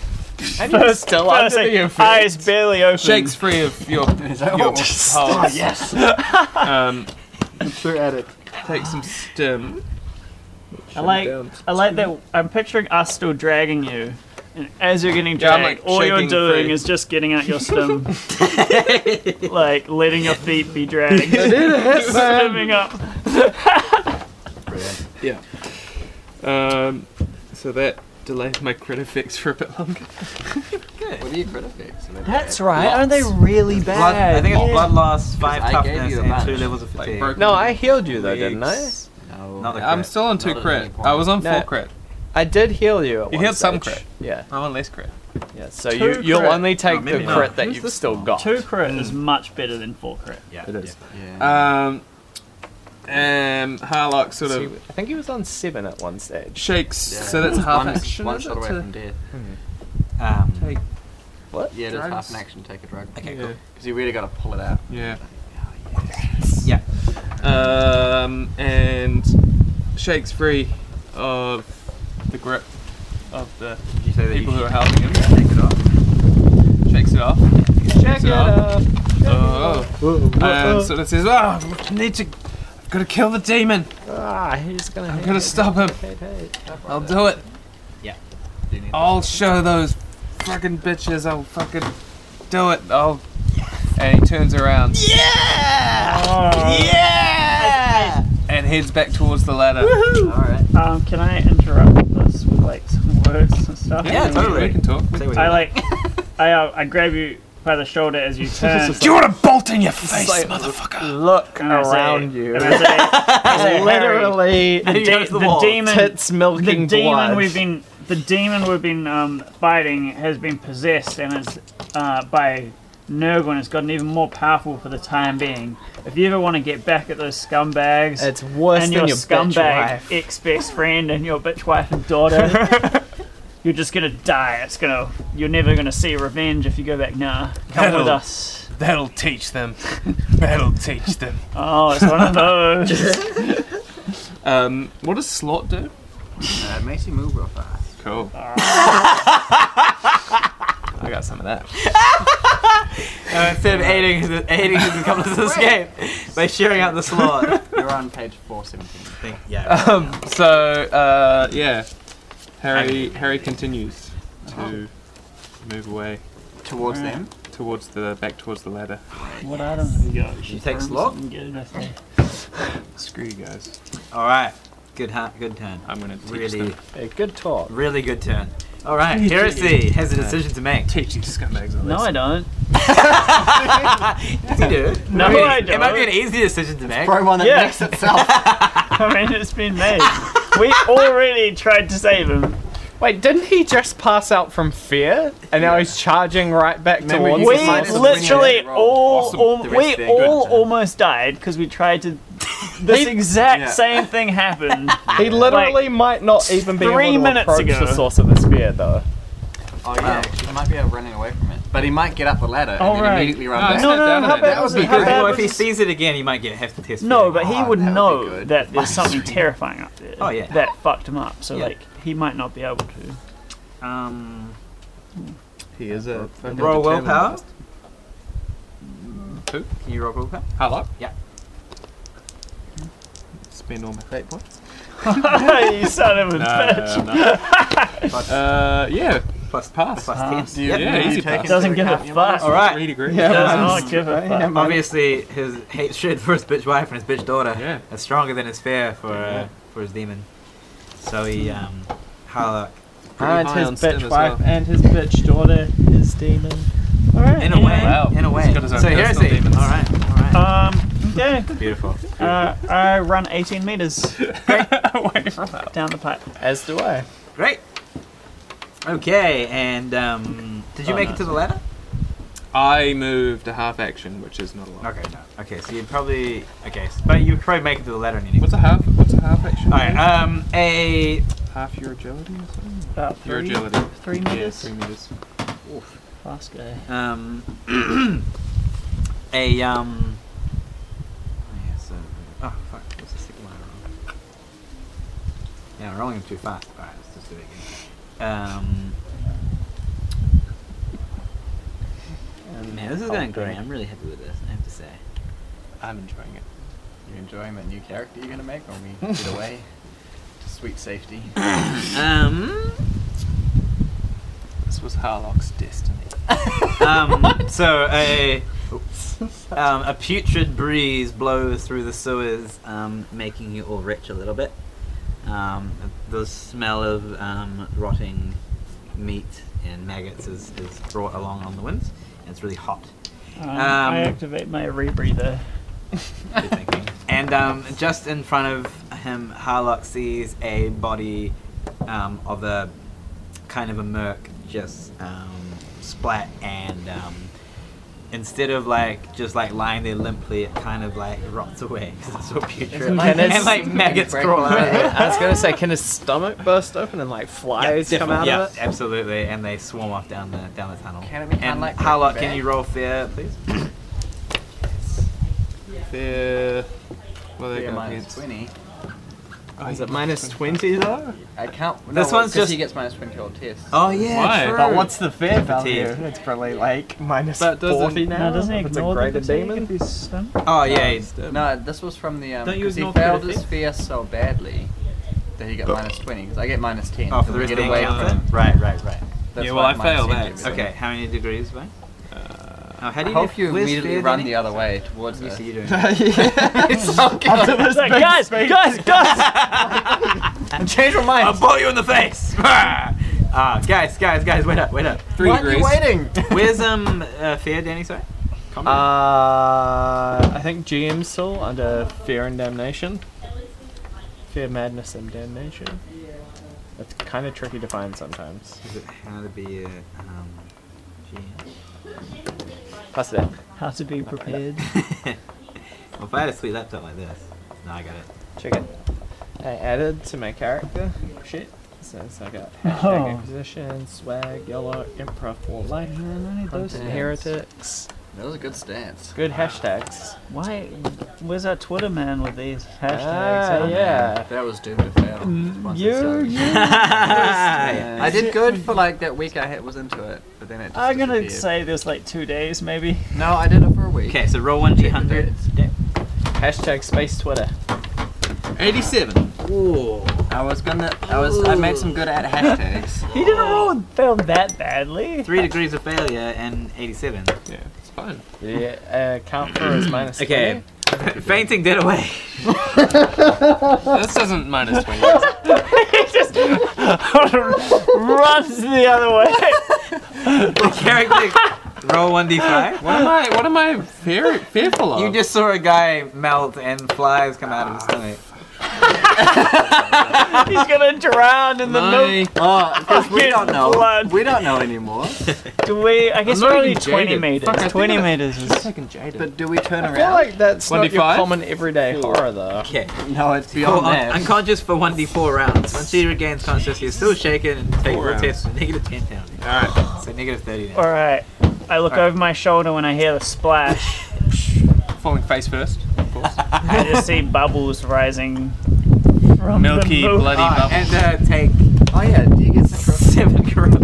S6: First,
S8: still
S6: first
S8: under
S6: thing,
S8: the
S6: eyes barely open.
S3: shakes free of your your pulse.
S2: yes.
S3: Um,
S2: Through at it.
S3: take some stim.
S6: I like, I like that. I'm picturing us still dragging you. And as you're getting
S3: Yeah, I'm,
S6: dragged,
S3: like,
S6: all you're
S3: shaking
S6: doing
S3: free.
S6: is just getting out your stem. like, letting your feet be dragged. Stimming up.
S3: Um, so that delays my crit effects for a bit longer.
S2: What are your crit effects?
S8: That's right. Aren't they really
S1: Blood, I
S8: bad?
S1: think it's blood loss, five
S2: I gave
S1: toughness,
S2: you a
S1: and
S2: bunch.
S1: two levels of fatigue.
S3: broken
S8: No, I healed you though, didn't I?
S1: legs.
S2: No.
S1: Not a
S3: I'm
S1: crit.
S3: still on two
S2: Not at any
S3: crit.
S2: point.
S3: I was on
S8: No.
S3: four crit.
S8: I did heal you. At
S3: You
S8: one
S3: healed some
S8: stage.
S3: crit.
S8: Yeah,
S3: I'm on less crit.
S8: yeah. So
S6: Two
S8: you you'll
S6: crit.
S8: only take
S1: Oh,
S8: the
S1: maybe not.
S8: crit that you've still got.
S6: Two crit is much better than four crit.
S1: yeah,
S8: It is.
S2: Yeah. Uh,
S3: Um, um, Harlock sort
S8: So
S3: of
S8: you- I think he was on seven at one stage.
S3: shakes.
S2: Yeah.
S3: So that's half
S2: one,
S3: action.
S2: One
S3: is
S2: shot
S3: it,
S2: away
S3: to-
S2: from death.
S1: Yeah. Um,
S3: Take-
S2: Yeah, it is half
S3: Drugs.
S2: an action. Take a drug.
S1: okay,
S3: yeah.
S1: cool.
S2: Because you really got to pull it out.
S3: Yeah.
S1: Yeah.
S3: Um, and shakes free of the grip of the
S1: Did you say that
S3: people
S1: you
S3: who are helping him.
S1: should take it off?
S3: Shakes it off.
S8: Check
S3: it up. Oh.
S8: Whoa,
S3: and sort of says, "Oh, I need to. I've got to kill the demon.
S8: Ah, he's gonna.
S3: I'm
S8: hate
S3: gonna
S8: it.
S3: stop him.
S8: Hate, hate.
S3: I'll do it.
S2: Do you need
S3: I'll show those fucking bitches. I'll fucking do it. I'll." And he turns around and heads back towards the ladder.
S2: Alright.
S6: Um, can I interrupt this with like some words and stuff?
S1: Yeah, totally.
S3: We can talk. We
S1: Say what
S3: can
S1: you
S6: I
S1: want.
S6: like, I uh, I grab you by the shoulder as you turn.
S3: Do you want a bolt in your face,
S8: like-
S3: motherfucker?
S8: Look
S6: and I say-
S8: around you.
S6: and I say- I say, "Harry,
S8: Literally,
S6: the, de-
S1: goes the
S6: the
S1: wall.
S6: demon,
S8: tits
S6: the
S8: milking
S6: demon
S8: blood.
S6: we've been, the demon we've been um, fighting has been possessed and is uh, by Nergon has gotten even more powerful for the time being. If you ever want to get back at those scumbags
S8: It's worse
S6: and
S8: than
S6: your,
S8: your bitch
S6: scumbag
S8: wife.
S6: ex-best friend and your bitch wife and daughter. You're just gonna die. It's gonna. You're never gonna see revenge if you go back. Nah, come with
S3: That'll-
S6: us.
S3: That'll teach them. That'll teach them.
S6: Oh, it's one of those.
S3: Um, what does slot do?
S2: Uh, it makes you move real fast.
S3: Cool. I got some of that.
S1: Uh, instead of aiding his, aiding his accomplice's escape by shearing out the slot.
S2: You're on page 417.
S1: Think- yeah.
S3: Um, so uh, yeah, Harry Harry continues
S1: Uh-huh.
S3: to move away
S2: Towards them.
S3: towards the back towards the ladder.
S6: What items have you got?
S1: She takes a look.
S3: Screw you guys.
S1: All right. Good ha- good turn.
S3: I'm gonna teach
S1: Really,
S3: them.
S8: A good talk.
S1: really good turn. All right. Heresy has a decision to make.
S3: teach these scumbags a lesson.
S6: No, I don't.
S1: Yes, you do.
S6: No,
S1: I mean,
S6: I
S1: It might be an
S6: don't.
S1: easy decision to make.
S2: Probably one that
S6: Yeah.
S2: makes itself.
S6: I mean, it's been made. We already tried to save him.
S8: Wait, didn't he just pass out from fear? And now he's charging right back
S3: Remember,
S8: towards
S3: you
S6: We
S8: the
S3: can
S8: side of the
S2: find us-
S8: ring.
S6: literally
S2: Roll.
S6: all,
S3: Awesome.
S6: all-
S1: The
S6: we
S1: rest there.
S6: all
S1: Good.
S6: almost died because we tried to. This exact
S2: Yeah.
S6: same thing happened.
S8: He literally might not even be able
S6: three
S8: to
S6: minutes
S8: approach
S6: ago.
S8: the source of the spear, though.
S2: Oh yeah, he might be able running away from it, but he might get up the ladder and
S6: All
S2: then
S6: right.
S2: immediately run
S3: No,
S2: back.
S3: it's
S6: no,
S3: not
S6: no,
S3: down
S6: no,
S3: to
S6: how
S3: that.
S6: bad
S3: That
S6: was
S2: would
S6: it?
S2: be
S6: How
S2: great.
S6: bad
S1: Well, if
S6: was
S1: he
S6: it?
S1: sees it again, he might get have to test.
S6: No,
S1: it.
S6: but he
S2: Oh,
S6: would
S2: that would be
S6: know
S2: good.
S6: that there's something terrifying up there.
S1: Oh, yeah.
S6: That fucked him up. So
S1: Yeah.
S6: like he might not be able to.
S1: um,
S3: He is a fucking
S1: roll willpower.
S3: Who?
S1: Can you roll willpower?
S3: Hello.
S1: Yeah.
S3: Spend all my fate points.
S6: you son of a bitch.
S3: uh, yeah.
S1: Plus
S3: Pass.
S1: Plus
S2: Do
S1: ten.
S2: you,
S3: Ah, Yeah,
S2: do you
S3: easy
S2: take
S3: pass.
S2: into
S6: Doesn't give a
S2: account your
S6: fuck.
S2: bonus?
S1: All right.
S3: Three degrees.
S6: Does not give a fuck.
S1: Obviously, his hatred for his bitch wife and his bitch daughter
S3: Yeah.
S1: is stronger than his fear for
S3: Yeah. Hmm.
S1: uh, for his demon. So he um, Harlock.
S3: Pretty
S8: And
S3: high
S8: his
S3: on stem
S8: bitch
S3: as
S8: wife
S3: well.
S8: and his bitch daughter, his demon. Alright.
S1: In a way,
S3: Wow.
S1: in a way.
S3: He's got his own
S1: So
S3: personal
S1: heresy.
S3: demons. Oh.
S1: All right, all right.
S6: Um. Okay.
S1: Beautiful.
S6: Uh, I run 18 meters
S3: Away from that.
S6: down the pipe.
S8: As do I.
S1: Great. Okay, and um, did you
S6: Oh,
S1: make
S6: no,
S1: it to the ladder?
S3: I moved a half action, which is not a lot.
S1: Okay, no. Okay, so you'd probably okay, s- but you'd probably make it to the ladder anyway.
S3: What's a half? What's a half action?
S1: All right. Um, a
S3: half your agility or something.
S6: About
S3: Your
S6: three,
S3: agility.
S6: three
S3: Yeah,
S6: meters.
S3: three meters.
S6: Fast guy.
S1: um, a um. oh, yeah, so- Oh fuck! What's the second one? I rolled? Yeah, I'm rolling them too fast. All right, let's just do it again. Um. Man, this is going great. I'm really happy with this. I have to say.
S3: I'm enjoying it.
S2: You're enjoying the new character you're gonna make when we get away to sweet safety.
S1: Um.
S3: This was Harlock's destiny.
S1: um, so a um, a putrid breeze blows through the sewers, um, making you all rich a little bit. Um, the smell of um, rotting meat and maggots is, is brought along on the winds. And it's really hot.
S6: Um,
S1: Um,
S6: I activate my rebreather.
S1: you're thinking. and um, just in front of him, Harlock sees a body um, of a kind of a merc just um, splat and um, instead of like just like lying there limply, it kind of like rots away 'cause it's so putrid
S8: And it's-
S1: and like maggots crawl out of it.
S8: I was gonna say, can his stomach burst open and like flies come out
S1: yeah,
S8: of it?
S1: absolutely, and they swarm off down the down the tunnel.
S2: Can it be kinda
S1: and
S2: like
S1: Harlock,
S2: Breaking
S1: can you
S2: Bad?
S1: roll fear, please?
S3: Fair. Well, they
S2: Yeah,
S3: got
S2: minus
S3: hits.
S2: twenty.
S8: Oh, is it minus twenty though?
S2: I can't. No,
S1: This one's
S2: 'cause
S1: just-
S2: he gets minus twenty on tests.
S1: Oh yeah,
S3: Why?
S1: true.
S8: But what's the fair
S1: Fatigue.
S8: value? It's probably like minus
S3: But doesn't-
S8: forty now.
S6: No, doesn't he
S8: if it's a
S6: ignore
S8: greater
S6: the fatigue
S8: demon.
S6: if he's slim?
S1: Oh yeah,
S2: No, this was from the um.
S1: Don't you
S2: Because he
S1: ignore crit
S2: failed his
S1: effect?
S2: fear so badly that he got minus twenty. Because I get minus ten.
S1: Oh, for the
S2: we
S1: rest of
S2: get
S1: the
S2: away
S1: encounter?
S2: from.
S1: Right, right, right.
S2: That's
S3: Yeah, well,
S2: why
S3: I
S2: minus
S3: failed
S2: 10
S3: that,
S2: to
S3: so-
S2: everything.
S1: Okay, how many degrees, mate? oh, how
S2: I
S1: do you
S2: hope you
S1: where's
S2: immediately
S1: Fear,
S2: run
S1: Danny?
S2: the other way towards us.
S1: Obviously you don't.
S6: It's like, guys, guys, guys!
S2: Change your mind.
S1: I'll blow you in the face! Ah, guys, guys, guys, wait up, wait up.
S3: Three degrees.
S8: waiting?
S1: Where's um uh, Fear, Danny? Sorry.
S8: Uh, I think GM still under fear and damnation. Fear, madness, and damnation. It's kind of tricky to find sometimes.
S1: Is it how to be a um? GM?
S8: Plus that.
S6: How to be prepared.
S1: well, if I had a sweet laptop like this, no, I got it.
S8: Check it. I added to my character. Shit. Since I got hashtag
S6: Oh.
S8: acquisition, swag, yellow, improv for life,
S6: I need those
S8: content heretics.
S2: That was a good stance.
S8: Good hashtags.
S6: Why? Where's our Twitter man with these hashtags?
S8: Ah,
S6: huh?
S8: yeah.
S2: That was doomed to fail.
S1: Mm,
S2: once it
S6: You,
S2: started.
S6: you.
S2: I did good for like that week. I had, was into it, but then it. Just
S6: I'm gonna
S2: disappeared.
S6: say there's like two days maybe.
S2: No, I did it for a week.
S1: Okay, so roll one
S2: Check the
S1: d100.
S2: dates.
S8: Hashtag space Twitter.
S3: 87.
S2: I was gonna. I was. I made some good at hashtags.
S6: He didn't roll film that badly.
S1: Three degrees of failure and 87.
S3: Yeah, it's fine.
S8: The uh, count for is minus
S1: Okay. Fainting did away.
S3: This isn't minus 20. is it?
S6: Runs the other way.
S1: The character. roll 1d5.
S3: What am I, what am I fear, fearful of?
S2: Um,
S1: You just saw a guy melt and flies come out of his
S2: Ah.
S1: stomach.
S6: He's gonna drown in the
S3: My-
S6: milk.
S2: Oh, because we
S6: Fucking
S2: don't know.
S6: blood.
S2: We don't know anymore.
S6: Do we? I guess
S3: not
S6: we're only
S3: even
S6: 20
S3: jaded.
S6: meters.
S3: Fuck, I think
S6: 20
S3: that-
S6: meters is.
S8: Taking jaded.
S2: But do we turn
S8: I feel
S2: around?
S8: like that's not your
S3: 25?
S8: common everyday horror though.
S1: Okay.
S2: no, it's
S1: Go
S2: beyond
S1: on,
S2: that.
S1: unconscious for 1d4 rounds. Once she regains consciousness, you're still shaken and take
S3: Four
S1: roll
S3: rounds.
S1: test for negative 10 down. Alright. So negative 30 now.
S6: Alright. I look over my shoulder when I hear the splash.
S3: falling face first, of course.
S6: I just see bubbles rising from
S3: Milky,
S6: the moon.
S3: bloody
S1: Ah,
S3: bubbles.
S1: and uh, take
S2: Oh yeah, do you get some?
S1: seven corruption.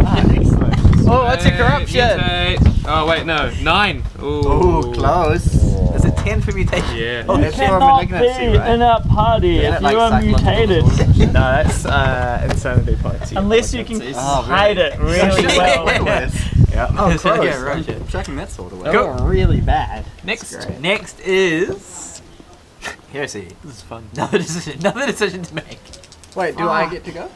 S8: Oh, that's a
S3: Hey,
S8: corruption.
S3: mutate. Oh, wait, no. Nine. Ooh.
S2: Oh, close.
S1: Is it 10 for mutation?
S3: Yeah.
S2: Oh, that's your
S6: Cannot be
S2: malignancy, right?
S6: in a party
S2: Yeah,
S6: if
S2: like
S6: you are
S2: psychological
S6: mutated.
S2: disorders.
S8: no, that's uh, insanity points. You
S6: Unless you can
S8: competencies.
S2: Oh, really?
S6: hide it really
S1: Yeah.
S6: well.
S2: Yeah. Oh,
S1: Yeah,
S2: close.
S1: right.
S2: I'm chucking that sort of way.
S1: Go.
S2: really bad.
S1: Next,
S2: great.
S1: next is heresy. This is fun. Another decision, another decision to make.
S2: Wait, do I get to go?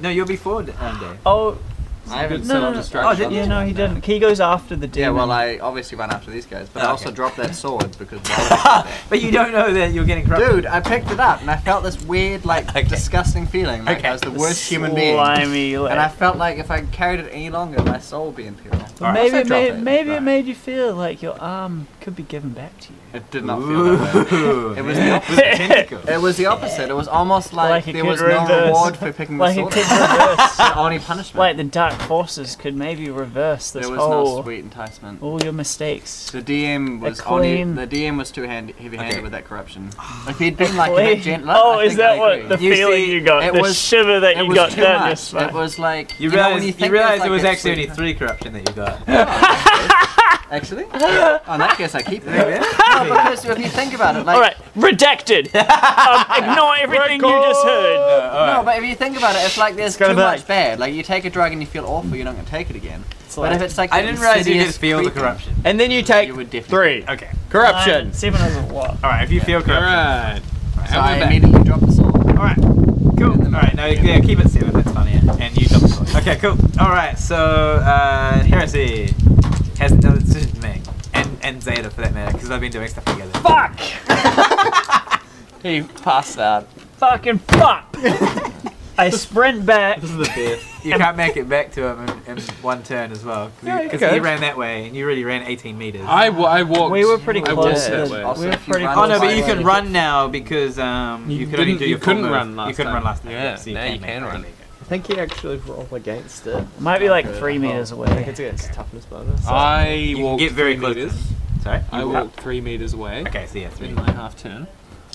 S1: No, you'll be forward um, day.
S6: Oh,
S2: I haven't
S6: no,
S2: set
S6: no,
S2: up
S6: no.
S1: Oh,
S2: destruction.
S1: did
S6: yeah, no, he didn't. He goes after the
S2: Yeah,
S6: demon.
S2: well, I obviously run after these guys, but I
S1: Okay.
S2: also dropped that sword because.
S1: But you don't know that you're getting corrupted.
S2: Dude, I picked it up and I felt this weird, like,
S1: Okay.
S2: disgusting feeling. Like
S1: Okay.
S2: I was the worst human being.
S6: Slimy, like,
S2: And I felt like if I carried it any longer, my soul would be in peril.
S6: Well, maybe
S2: Also
S6: it
S2: drop
S6: made,
S2: it.
S6: maybe it
S2: Right.
S6: made you feel like your arm could be given back to you.
S2: It did not feel that way.
S1: Ooh.
S2: It was the opposite.
S1: Tentacles.
S2: It was the opposite. It was almost like,
S6: Like it
S2: there
S6: could
S2: was no
S6: reverse.
S2: reward for picking the
S6: Like it
S2: sword.
S6: could
S2: up.
S6: reverse,
S2: The only punishment.
S6: like the dark forces could maybe reverse this
S2: there was
S6: whole
S2: no sweet enticement.
S6: all your mistakes.
S2: The DM was
S6: clean-
S2: on the DM was too hand, heavy-handed
S1: Okay.
S2: with that corruption. If he'd been like a bit gentler,
S6: oh,
S2: I
S6: is
S2: think
S6: that
S2: I
S6: what
S2: agree.
S6: the
S1: You
S6: feeling
S1: see,
S6: you got?
S2: it
S6: The
S2: was-
S6: shiver that
S2: it
S6: you
S2: was
S6: got
S2: too
S6: there
S2: much.
S6: just
S2: It
S6: like-
S2: was like
S1: You
S2: know when
S1: realize,
S2: you
S1: you
S2: think
S1: realize
S2: there's, like,
S1: it was
S2: that
S1: actually only
S2: sweet-
S1: three corruption that you got.
S2: Actually, on that case, I keep it. no, because if you think about it, like
S6: All right, redacted. um, ignore everything you just heard.
S2: no, but if you think about it, it's like there's
S6: gonna
S2: too
S6: be
S2: much
S6: like-
S2: bad. Like you take a drug and you feel awful, you're not gonna take it again. but
S8: like-
S2: if it's like
S1: I
S2: that
S1: didn't realize you could
S2: insidious
S1: feel the
S2: creeping-
S1: corruption.
S8: and then you take
S2: You would definitely.
S8: three
S1: Okay.
S8: corruption.
S6: Um, Seven was a what?
S1: All right. If you feel
S3: All
S1: corruption.
S3: right.
S2: So
S3: And we're
S2: I
S3: back.
S2: immediately dropped the sword.
S1: All right. Cool. All right. No. Yeah. Keep it seven. That's funny. And you double sword. Okay. Cool. All right. So uh, heresy has another decision to make, and and Zeta for that matter, because I've been doing stuff together.
S6: Fuck!
S2: He passed out.
S6: Fucking fuck! I sprint back.
S1: This is the best. You can't make it back to him in, in one turn as well,
S8: Yeah, you
S1: because he
S8: could.
S1: ran that way, and you really ran 18 meters.
S3: I, wa- I walked.
S6: We were pretty
S3: I
S6: close
S3: walked
S6: to
S3: that
S6: the-
S3: way.
S6: we were
S2: if you
S6: pretty
S2: run
S1: Oh
S6: close.
S1: no, but you
S2: sideways-
S1: can run now because um you, could only
S3: didn't-
S1: do
S3: you
S1: your full
S3: couldn't
S1: move.
S3: run
S1: You
S3: last
S1: couldn't run
S3: time.
S1: last time.
S3: Yeah,
S1: so you
S3: now
S1: can't
S3: you
S1: make
S3: can
S1: it.
S3: run.
S8: I think you actually roll against it.
S6: Might be like three meters
S8: Like
S6: away.
S8: it's against toughness bonus.
S1: Ah,
S3: I
S1: You can
S3: walked
S1: get very
S3: three
S1: close.
S3: meters.
S1: Sorry.
S3: I
S1: You
S3: walked three meters away.
S1: Okay, so yeah, three.
S3: In my half turn.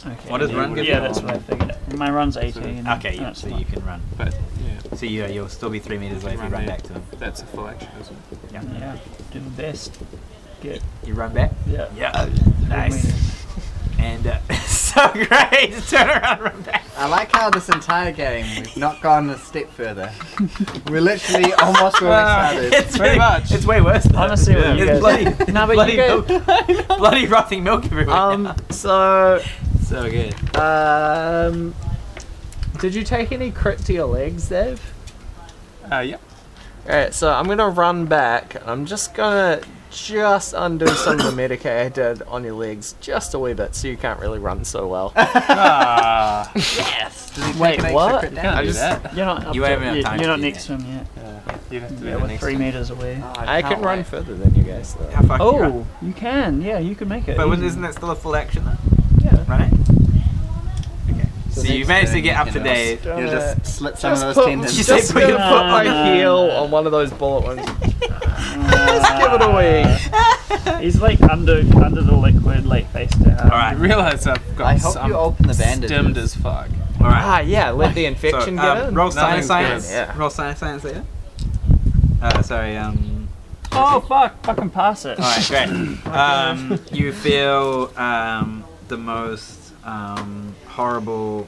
S6: Okay.
S1: What does run give
S6: Yeah,
S1: you?
S6: that's what I figured. My run's 18.
S1: Okay, yeah,
S6: That's
S1: so
S6: fine.
S1: you can run.
S3: But yeah,
S1: So you you'll still be three meters away if you
S3: Run
S1: run
S3: there.
S1: back to him.
S3: that's a full action, isn't it?
S6: Yeah, do the best. Get
S1: You run back.
S6: yeah.
S1: Yeah.
S6: Good
S1: Nice. And uh, so great. Turn around, run back.
S2: I like how this entire game we've not gone a step further. We're literally almost where we started.
S1: It's pretty much. It's way worse. Though.
S6: Honestly, what you
S1: it's
S6: guys-
S1: bloody,
S6: No, but
S1: bloody
S6: you guys-
S1: milk, bloody rotting milk everywhere.
S8: Um. So,
S1: so good.
S8: um, did you take any crit to your legs, Dev?
S3: Uh, yeah.
S8: Alright, so I'm gonna run back. I'm just gonna just undo some of the Medicaid I did on your legs just a wee bit so you can't really run so well.
S2: Wait,
S8: what?
S3: I just,
S6: You're not. Up
S1: You
S6: to,
S1: haven't had
S6: you-
S1: time
S6: You're
S1: to
S6: not
S1: do
S6: next to him yet.
S3: you have to
S6: Yeah,
S3: do that
S6: we're
S3: next
S6: three
S3: time.
S6: meters away.
S8: I can run further than you guys though.
S1: How far can you run?
S6: Oh, you can. Yeah, you can make it.
S1: But
S6: easy.
S1: wouldn't- isn't that still a full action though?
S6: Yeah.
S1: Run it. So you managed to get up to
S2: today.
S1: date.
S2: You know, just slit some of those
S8: put-
S2: tendons.
S1: She
S8: Just
S1: said put your foot
S6: no,
S1: on
S6: no.
S1: your
S8: I heal on one of those bullet wounds. Just give it away.
S6: He's like under under the liquid, like face down.
S1: All
S3: I
S1: right,
S3: realise I've got
S2: I hope
S3: some
S2: you open the bandages.
S3: stemmed as fuck.
S1: all right.
S8: Ah, yeah, let the
S1: So,
S8: infection
S1: um,
S8: get in.
S1: roll science,
S3: Nothing's
S1: science.
S2: good, yeah.
S1: Roll science, science later. Uh, sorry. Um.
S6: Oh fuck! Fucking pass it.
S1: All right, great. um, you feel um, the most um, horrible,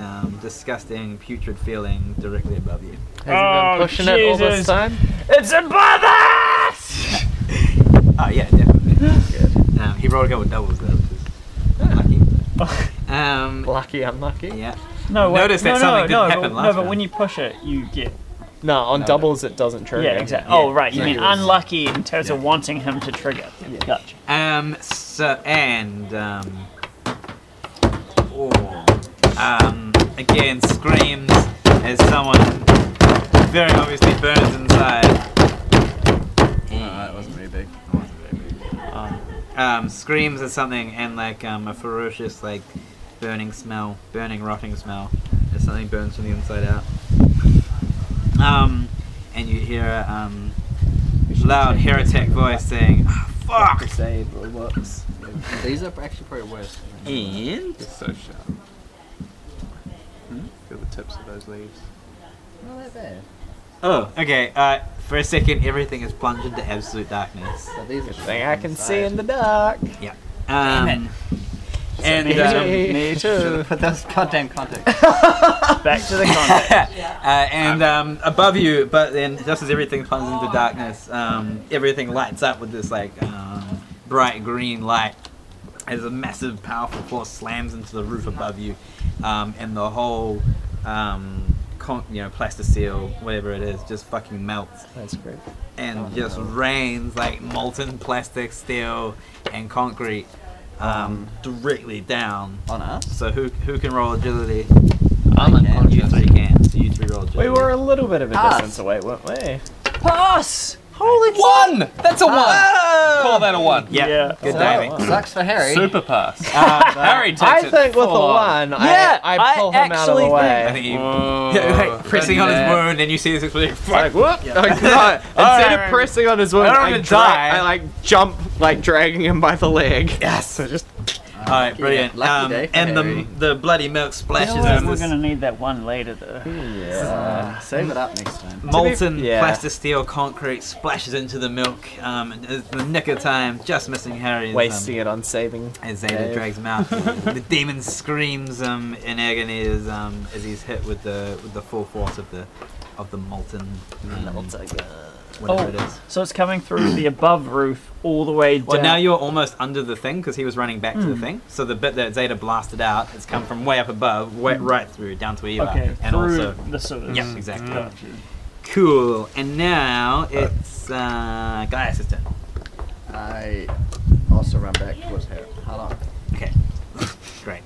S1: um, disgusting, putrid feeling directly above you.
S8: Has he
S6: Oh,
S8: been pushing it all
S6: Jesus.
S8: this time?
S6: It's a bother!
S1: Oh yeah, definitely. Good. Um, he rolled a couple doubles though, which is lucky. Um,
S8: Lucky, unlucky.
S1: yeah.
S6: No, wait,
S1: Notice that
S6: no, no,
S1: something didn't
S6: no,
S1: happen
S6: but,
S1: last
S6: No, but
S1: round.
S6: when you push it, you get.
S8: No, on doubles it doesn't trigger.
S6: Yeah, exactly.
S1: Yeah.
S6: Oh, right. You
S1: Yeah.
S6: mean
S1: Yeah.
S6: unlucky in terms of wanting him to trigger. Gotcha.
S1: Um. So and um. Oh. Um. Again, screams as someone very obviously burns inside.
S2: that wasn't very big.
S1: Um. Screams at something and like um a ferocious like burning smell, burning rotting smell as something burns from the inside out. Um. And you hear a um loud heretic voice saying, "Ah, "Fuck."
S5: Crusade Roblox.
S2: These are actually probably worse.
S1: And
S3: It's so sharp. Hmm? Feel the tips of those leaves.
S2: Not that bad.
S1: Oh, okay. Uh, for a second, everything is plunged into absolute darkness.
S2: But these are
S8: Thing I can see in
S2: inside.
S8: the dark.
S1: Um, and um,
S8: Me too.
S2: Put those goddamn contacts.
S6: Back to the context.
S1: uh, and um, above you, but then just as everything plunges into darkness, um, everything lights up with this like um, bright green light as a massive, powerful force slams into the roof above you, um, and the whole um, con- you know plasticeel, whatever it is, just fucking melts.
S8: That's great.
S1: and just rains like molten plastic, steel, and concrete um, directly down.
S2: on us.
S1: So who who can roll agility?
S8: I'm
S2: Okay.
S8: unconscious. Ah.
S1: You three can. So you three roll agility.
S8: We were a little bit of a
S2: Pass.
S8: distance away, weren't we?
S2: Pass!
S3: One! That's a one! Call that a one.
S1: Yeah.
S6: Yeah.
S1: Good
S8: Oh,
S1: diving.
S8: wow.
S2: Sucks for Harry.
S3: Super pass.
S1: Um,
S3: Harry takes
S8: I
S3: it
S8: think with the
S3: full on.
S8: one,
S2: Yeah,
S8: I, I pull
S2: I
S8: him out of the
S2: actually
S8: way.
S1: I think you,
S3: Whoa.
S1: like pressing on his
S3: Yeah.
S1: wound, and you see this explosion. Fuck.
S8: Like whoop! Like, no, instead of pressing on his wound,
S1: I don't
S8: I,
S1: wanna
S8: dra-
S1: die.
S8: I like jump, like dragging him by the leg.
S1: Yes. All right, brilliant.
S2: lucky
S1: Um,
S2: day for
S1: and the
S2: Harry.
S1: the bloody milk splashes
S6: Feels like
S1: into
S6: we're
S1: this
S6: gonna need that one later though.
S2: Uh, save it up next time.
S1: molten
S8: yeah.
S1: plastic steel concrete splashes into the milk. Um, and it's the nick of time, just missing Harry. um,
S8: Wasting it on saving.
S1: as Zeta
S8: Dave.
S1: drags him out. the demon screams um, in agony as, um, as he's hit with the with the full force of the of the molten um, whatever
S6: Oh.
S1: it is.
S6: So it's coming through the above roof all the way down.
S1: Well, now you're almost under the thing because he was running back to the thing. So the bit that Zeta blasted out has come from way up above, way, right through down to where you
S6: okay
S1: are, and
S6: through
S1: also
S6: the sewers.
S1: yeah, exactly.
S6: Gotcha.
S1: Cool. And now it's uh, Gaius' turn.
S2: I also run back towards Harry. How long?
S1: Okay, great.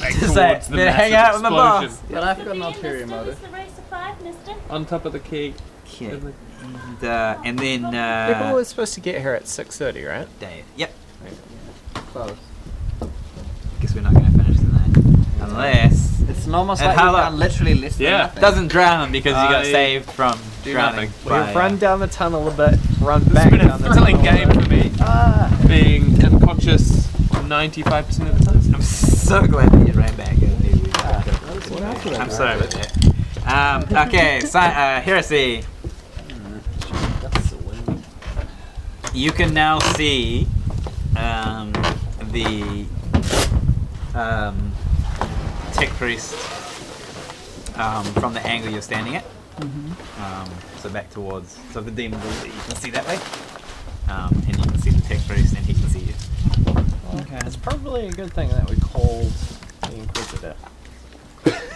S3: towards
S1: like,
S3: the
S1: "Better hang
S3: massive
S1: out with my boss."
S3: explosion.
S2: But I've got an ulterior motive.
S4: the race of five, mister?
S5: On top of the key.
S1: Okay. And, uh, and then
S8: People
S1: uh,
S8: were supposed to get here at six thirty, right?
S1: Dave. Yep.
S2: Close.
S1: Guess we're not going to finish tonight. Unless.
S2: It's almost
S1: And
S2: like
S1: how
S2: we've
S1: long-
S2: done literally less
S3: Yeah.
S2: than nothing.
S1: Doesn't drown him because you got
S3: I
S1: saved from
S3: do
S1: drowning.
S3: nothing.
S8: We
S1: by, uh,
S8: run down the tunnel a bit, run back
S3: It's been a
S8: down the tunnel.
S3: thrilling game for me.
S8: Ah,
S3: Being unconscious 95% of the time.
S1: I'm so glad that you ran back. and knew we were good. I'm sorry about that. Um, okay, si- uh, heresy. You can now see um, the um, tick priest um, from the angle you're standing at.
S6: Mm-hmm.
S1: Um, so back towards. So the demon, you can see that way, um, and you can see the tick priest, and he can see you.
S6: Okay.
S8: it's probably a good thing that we called the Inquisitor.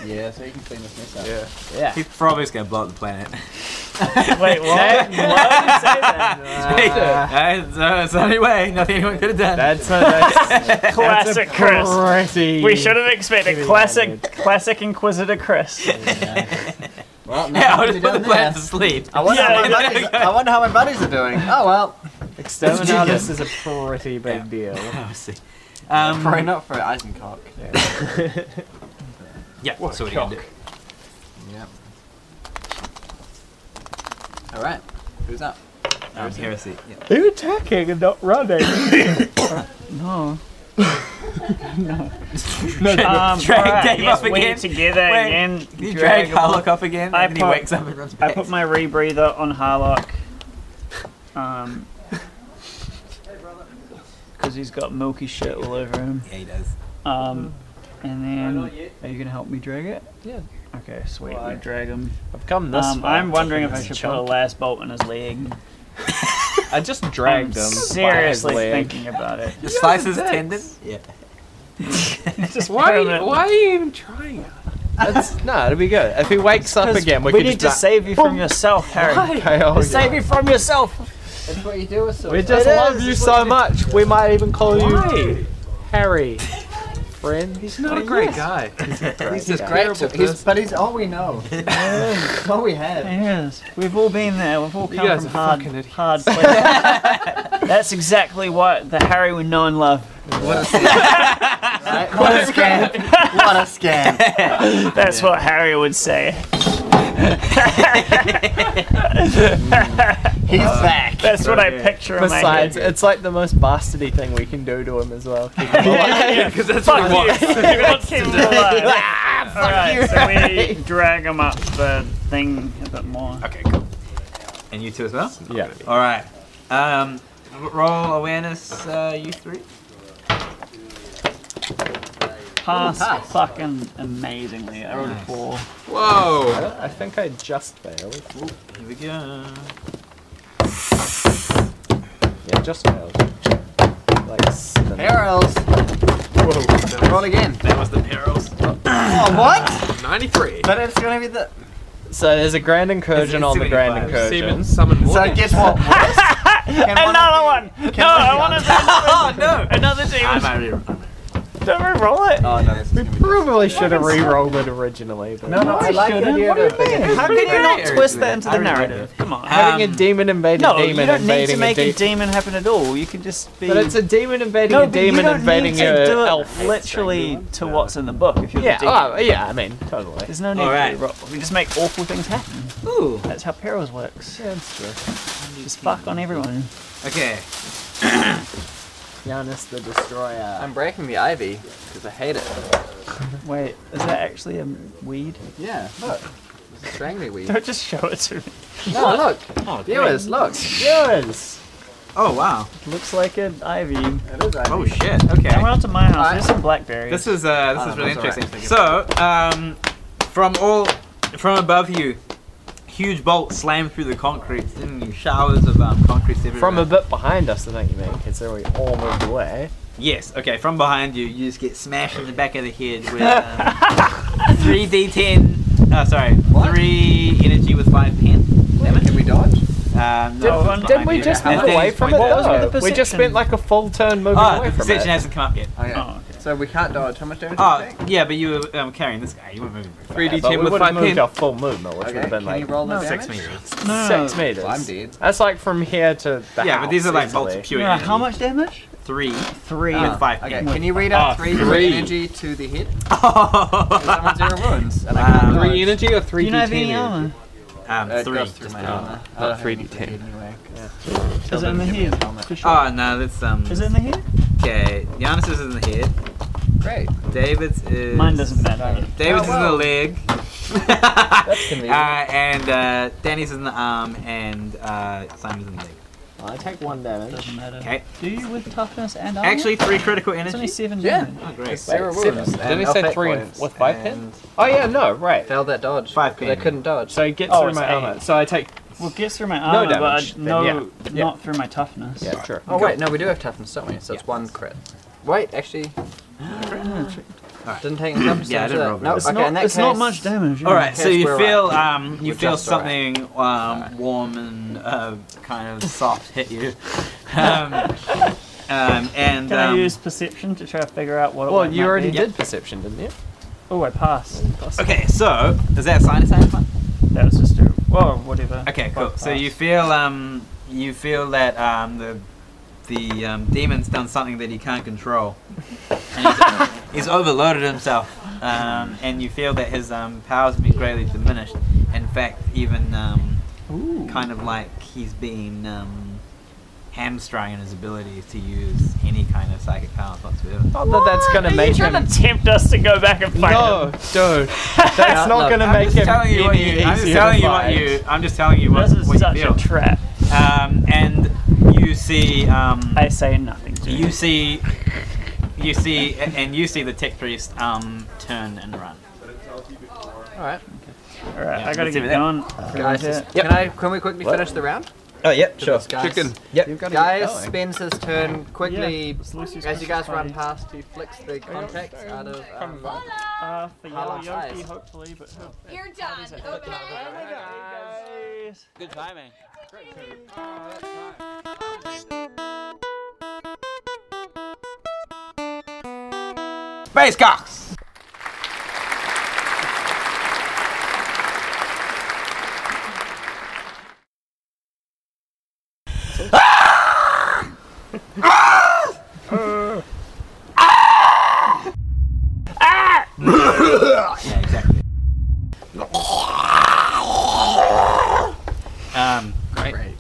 S2: Yeah, so you can clean this mess up.
S8: Yeah.
S1: He's probably just gonna blow up the planet.
S6: Wait, what?
S1: Uh, it's, uh, it's the only way. Nothing anyone could have done.
S8: That's a, that's
S6: classic Chris.
S8: pretty.
S6: We should have expected classic, classic Inquisitor Chris.
S1: yeah,
S2: Well, now we'll
S1: I'll
S2: be
S1: just put the planet
S2: done
S1: to
S2: there. Oh,
S1: sleep.
S2: I wonder, how my
S6: Yeah,
S2: buddies, I wonder how my buddies are doing. Oh well,
S8: Exterminatus is a pretty big deal.
S1: Oh, I see.
S2: probably
S1: Um,
S2: not for Eisencock.
S1: Yeah,
S3: What
S1: so
S3: a
S1: what are you gonna do?
S3: shock.
S2: Yep. All right. Who's up?
S1: Um, heresy. Yeah.
S8: Are you attacking and not running?
S6: No.
S1: Drag-
S6: Um,
S1: Drag
S6: alright,
S1: Dave
S6: yes,
S1: up
S6: we're
S1: again.
S6: together
S1: Wait,
S6: again.
S1: You drag Harlock up again,
S6: I
S1: and then he
S6: put-
S1: wakes up and runs
S6: I
S1: back.
S6: put my rebreather on Harlock. Um. Because he's got milky shit all over him.
S1: yeah, he does.
S6: Um, and then, are you gonna help me drag it?
S8: Yeah.
S6: Okay, sweet. We drag him.
S8: I've come this
S6: Um,
S8: far.
S6: I'm wondering if I
S8: This
S6: should put a
S8: chunk.
S6: last bolt in his leg.
S8: I just
S6: I'm
S8: dragged him.
S6: seriously
S8: by his leg.
S6: thinking about it.
S1: Just slices tendon. Yeah.
S6: Just
S8: Why? Are you,
S6: permanent-
S8: why are you even trying? That's, no, it'll be good. If he wakes up
S6: 'Cause
S8: again, we,
S6: we,
S8: can
S6: need to
S8: just.
S6: save you from yourself, Harry.
S8: Okay, oh, yeah.
S6: Save you from yourself.
S2: That's what you do with
S8: We just
S6: It
S8: love
S6: is,
S8: you
S6: it's
S8: so
S6: what-
S8: much. We might even call you Harry. Friend. He's
S3: Not a great guy.
S2: He's
S8: He's
S2: just great.
S3: terrible
S2: To, he's, but he's all we know. He's all we have.
S6: Yes, we've all been there. We've all come from
S8: guys are
S6: hard,
S8: fucking idiots.
S6: hard places. That's exactly what the Harry we know and love.
S2: What a scam. right? What a scam. What a scam.
S6: That's what Harry would say.
S2: He's back.
S6: That's what I picture in my
S8: Besides,
S6: head.
S8: it's like the most bastardy thing we can do to him as well.
S1: Because that's
S6: Fuck
S1: what
S6: you.
S1: he wants.
S6: He wants him alive. Alright, so we drag him up the thing a bit more.
S1: Okay, cool. And you two as well.
S8: yeah.
S1: All right. Um, r- roll awareness. Uh, you three.
S6: Pass fucking amazingly. I rolled a four.
S8: I,
S3: Whoa!
S8: don't- I think I just failed.
S1: Here we go.
S8: Yeah, just failed. Like seven.
S2: Barrels. Roll again.
S3: That was the perils.
S2: Oh, what?
S3: 93.
S2: But it's gonna be the.
S8: So there's a grand incursion on the grand incursion.
S3: Seven summon
S2: So
S3: more.
S2: it gets what? Worse? Can one
S6: Another one! No, I want
S1: Oh no!
S6: another demon.
S1: I re-
S6: Don't we roll it?
S2: Oh no, this is gonna be.
S8: Probably should have re-rolled it originally. But
S2: No, no, I like the idea of it.
S6: How can you not twist that into the narrative? Come on.
S8: Having
S1: Um,
S8: a demon invade
S6: No,
S8: a demon
S6: you don't need
S8: invading
S6: to make
S8: a
S6: a
S8: demon.
S6: demon happen at all. You can just be.
S8: But it's a demon invading
S6: no,
S8: a
S6: but
S8: demon
S6: you don't
S8: invading
S6: need to
S8: a
S6: do it
S8: elf.
S6: literally to what's in the book if you're
S8: Yeah,
S6: the demon.
S8: oh, yeah, I mean, totally.
S6: There's no need
S1: Alright.
S6: to roll. We just make awful things happen.
S1: Ooh.
S6: That's how perils works.
S8: Yeah, it's true.
S6: Just fuck on everyone.
S1: Okay.
S8: Giannis the Destroyer.
S2: I'm breaking the ivy because I hate it.
S6: Wait, is that actually a weed?
S2: Yeah, look. It's a stranglyweed.
S6: Don't just show it to me.
S2: No, look.
S1: Oh,
S2: Viewers, look.
S8: Yours!
S1: oh wow.
S6: Looks like an ivy. Come
S2: It is ivy.
S1: Oh shit. Okay.
S6: on out to my house.
S2: Alright.
S6: There's some blackberries.
S1: This is uh, this
S2: Oh,
S1: is really
S2: that's
S1: interesting. So, um, from all from above you, huge bolts slam through the concrete, sending you showers of um, concrete everywhere.
S8: From a bit behind us, I think you mean, considering we all moved away.
S1: yes, okay, from behind you, you just get smashed in the back of the head with um, three d10. Oh, sorry,
S2: What?
S1: three energy with five pen.
S2: Can we dodge?
S1: Um,
S6: Did-
S1: no, it's
S8: Didn't
S1: behind
S8: we
S1: you.
S8: just
S1: And
S8: move
S1: then
S8: away
S1: it's
S8: from it
S1: pointed
S6: What was
S1: down.
S6: with
S8: though?
S6: Oh, the
S8: We just
S6: perception?
S8: spent like a full turn moving
S1: Ah,
S8: away
S1: the
S8: from
S1: perception
S8: it.
S1: hasn't come up yet.
S2: Okay.
S6: Oh, okay.
S2: So we can't dodge. How much damage? do we
S1: Oh,
S2: take?
S1: yeah, but you were um, carrying this guy. You weren't moving. very fast.
S3: 3d10
S8: But we
S3: with
S8: would have
S3: 5
S8: moved
S3: pin.
S8: our full movement, which would
S2: Okay. Can
S8: have been
S2: you
S8: like
S2: roll the
S1: No, six
S2: damage?
S1: meters.
S6: No,
S8: six meters.
S2: Well, I'm dead.
S8: That's like from here to the
S1: Yeah,
S8: house,
S1: but these are like bolts
S8: easily.
S1: of pure
S6: Uh,
S1: energy.
S6: how much damage?
S1: Three.
S6: Three.
S1: With
S2: Ah,
S1: five
S2: Okay.
S1: pins.
S2: Can you read out
S1: Ah,
S2: three,
S1: three.
S2: energy to the hit? Someone zero wounds. And I
S1: Um,
S2: can't dodge.
S8: Three energy or three
S6: you don't have any
S8: D10?
S6: armor.
S1: Um,
S2: Uh, it
S1: three. Uh,
S2: goes through
S1: Just
S2: my
S1: the-
S2: armor. I
S3: not
S2: don't have
S3: 3d10.
S2: anything anyway, 'cause-
S6: Is it in the
S2: Give me his
S6: head?
S2: helmet.
S6: For sure.
S1: Oh no, that's um.
S6: Is it in the head?
S1: Okay, Giannis is in the head.
S2: Great.
S1: David's is.
S6: Mine doesn't matter.
S1: David's
S2: Oh, wow.
S1: is in the leg.
S2: convenient.
S1: uh, and uh, Danny's is in the arm, and uh, Simon's in the leg.
S5: I take one damage.
S6: Doesn't matter.
S1: Okay.
S2: Oh,
S6: Do you with toughness and armor?
S1: Actually, three critical
S6: it's only
S1: energy.
S6: seven
S2: Yeah.
S6: damage.
S1: Oh great.
S2: Zero
S8: Wait,
S2: wounds.
S8: seven.
S2: and
S8: Didn't he say
S2: effect
S8: three and-
S2: points,
S8: with five
S2: and
S8: pin? Oh yeah, no, right.
S2: Failed that dodge.
S1: Five
S2: 'cause I
S1: pin.
S2: couldn't dodge.
S8: So it gets
S6: Oh,
S8: through
S6: it's
S8: my
S6: eight.
S8: armor. So I take.
S6: Well, it gets through my
S8: No
S6: armor,
S8: damage,
S6: but
S8: then,
S6: no,
S8: yeah. Yeah.
S6: not through my toughness.
S8: Yeah, sure.
S2: Oh wait, no, we do have toughness, don't we? So it's one crit. Wait, actually, didn't take any damage.
S1: Yeah, I didn't
S2: so
S1: roll
S2: that- No,
S1: damage.
S6: It's,
S2: okay,
S6: not,
S2: in that
S6: it's not
S2: case-
S6: much damage. Yeah.
S1: All right, so
S2: Yes,
S1: you
S2: we're
S1: feel um, you
S2: We're
S1: feel
S2: just all right.
S1: something um, warm and uh, kind of soft hit you, um, um, and
S6: Can I
S1: um,
S6: use perception to try to figure out what it
S8: Well,
S6: might
S8: you already
S6: be?
S8: did perception, didn't you?
S6: Oh, I passed.
S1: okay. So is that a sign of something?
S6: That was just a. Whoa, whatever.
S1: Okay, cool.
S6: Fuck
S1: So you
S6: pass.
S1: feel um you feel that um the the um, demon's done something that he can't control. And he's, he's overloaded himself. um, and you feel that his um, powers have been greatly diminished. In fact, even um, kind of like he's been um, hamstrung in his ability to use any kind of psychic powers whatsoever.
S8: Not that that's gonna
S6: Are you
S8: make him.
S6: trying to tempt us to go back and fight
S8: No,
S6: him?
S8: dude, that's not
S2: look,
S8: gonna
S1: I'm
S8: make
S1: just
S8: him
S1: telling you what you.
S8: any
S1: I'm just
S8: easier
S1: telling
S8: to
S1: you what
S8: fight.
S1: you. I'm just telling you what,
S6: This is
S1: what
S6: such
S1: you feel.
S6: a trap.
S1: um, and you see. Um,
S6: I say nothing to
S1: You
S6: you.
S1: see, you see, a- and you see the tech priest um, turn and run.
S2: Alright.
S6: Alright, I
S1: let's
S6: gotta
S1: see
S6: get
S1: that.
S6: going.
S2: Guys,
S6: Forget it.
S2: can I can we quickly finish the round?
S1: Oh yeah, sure.
S2: Guys,
S3: Chicken.
S1: Yep.
S2: Guys spends his turn quickly.
S6: it's Lucy's
S2: As you guys run
S6: party.
S2: past, he flicks the contacts out of. Um,
S6: Uh, for
S2: Highlight
S6: Yoki,
S2: eyes.
S6: hopefully, but who-
S4: You're done, okay?
S6: Guys.
S1: Good timing. Space Cox.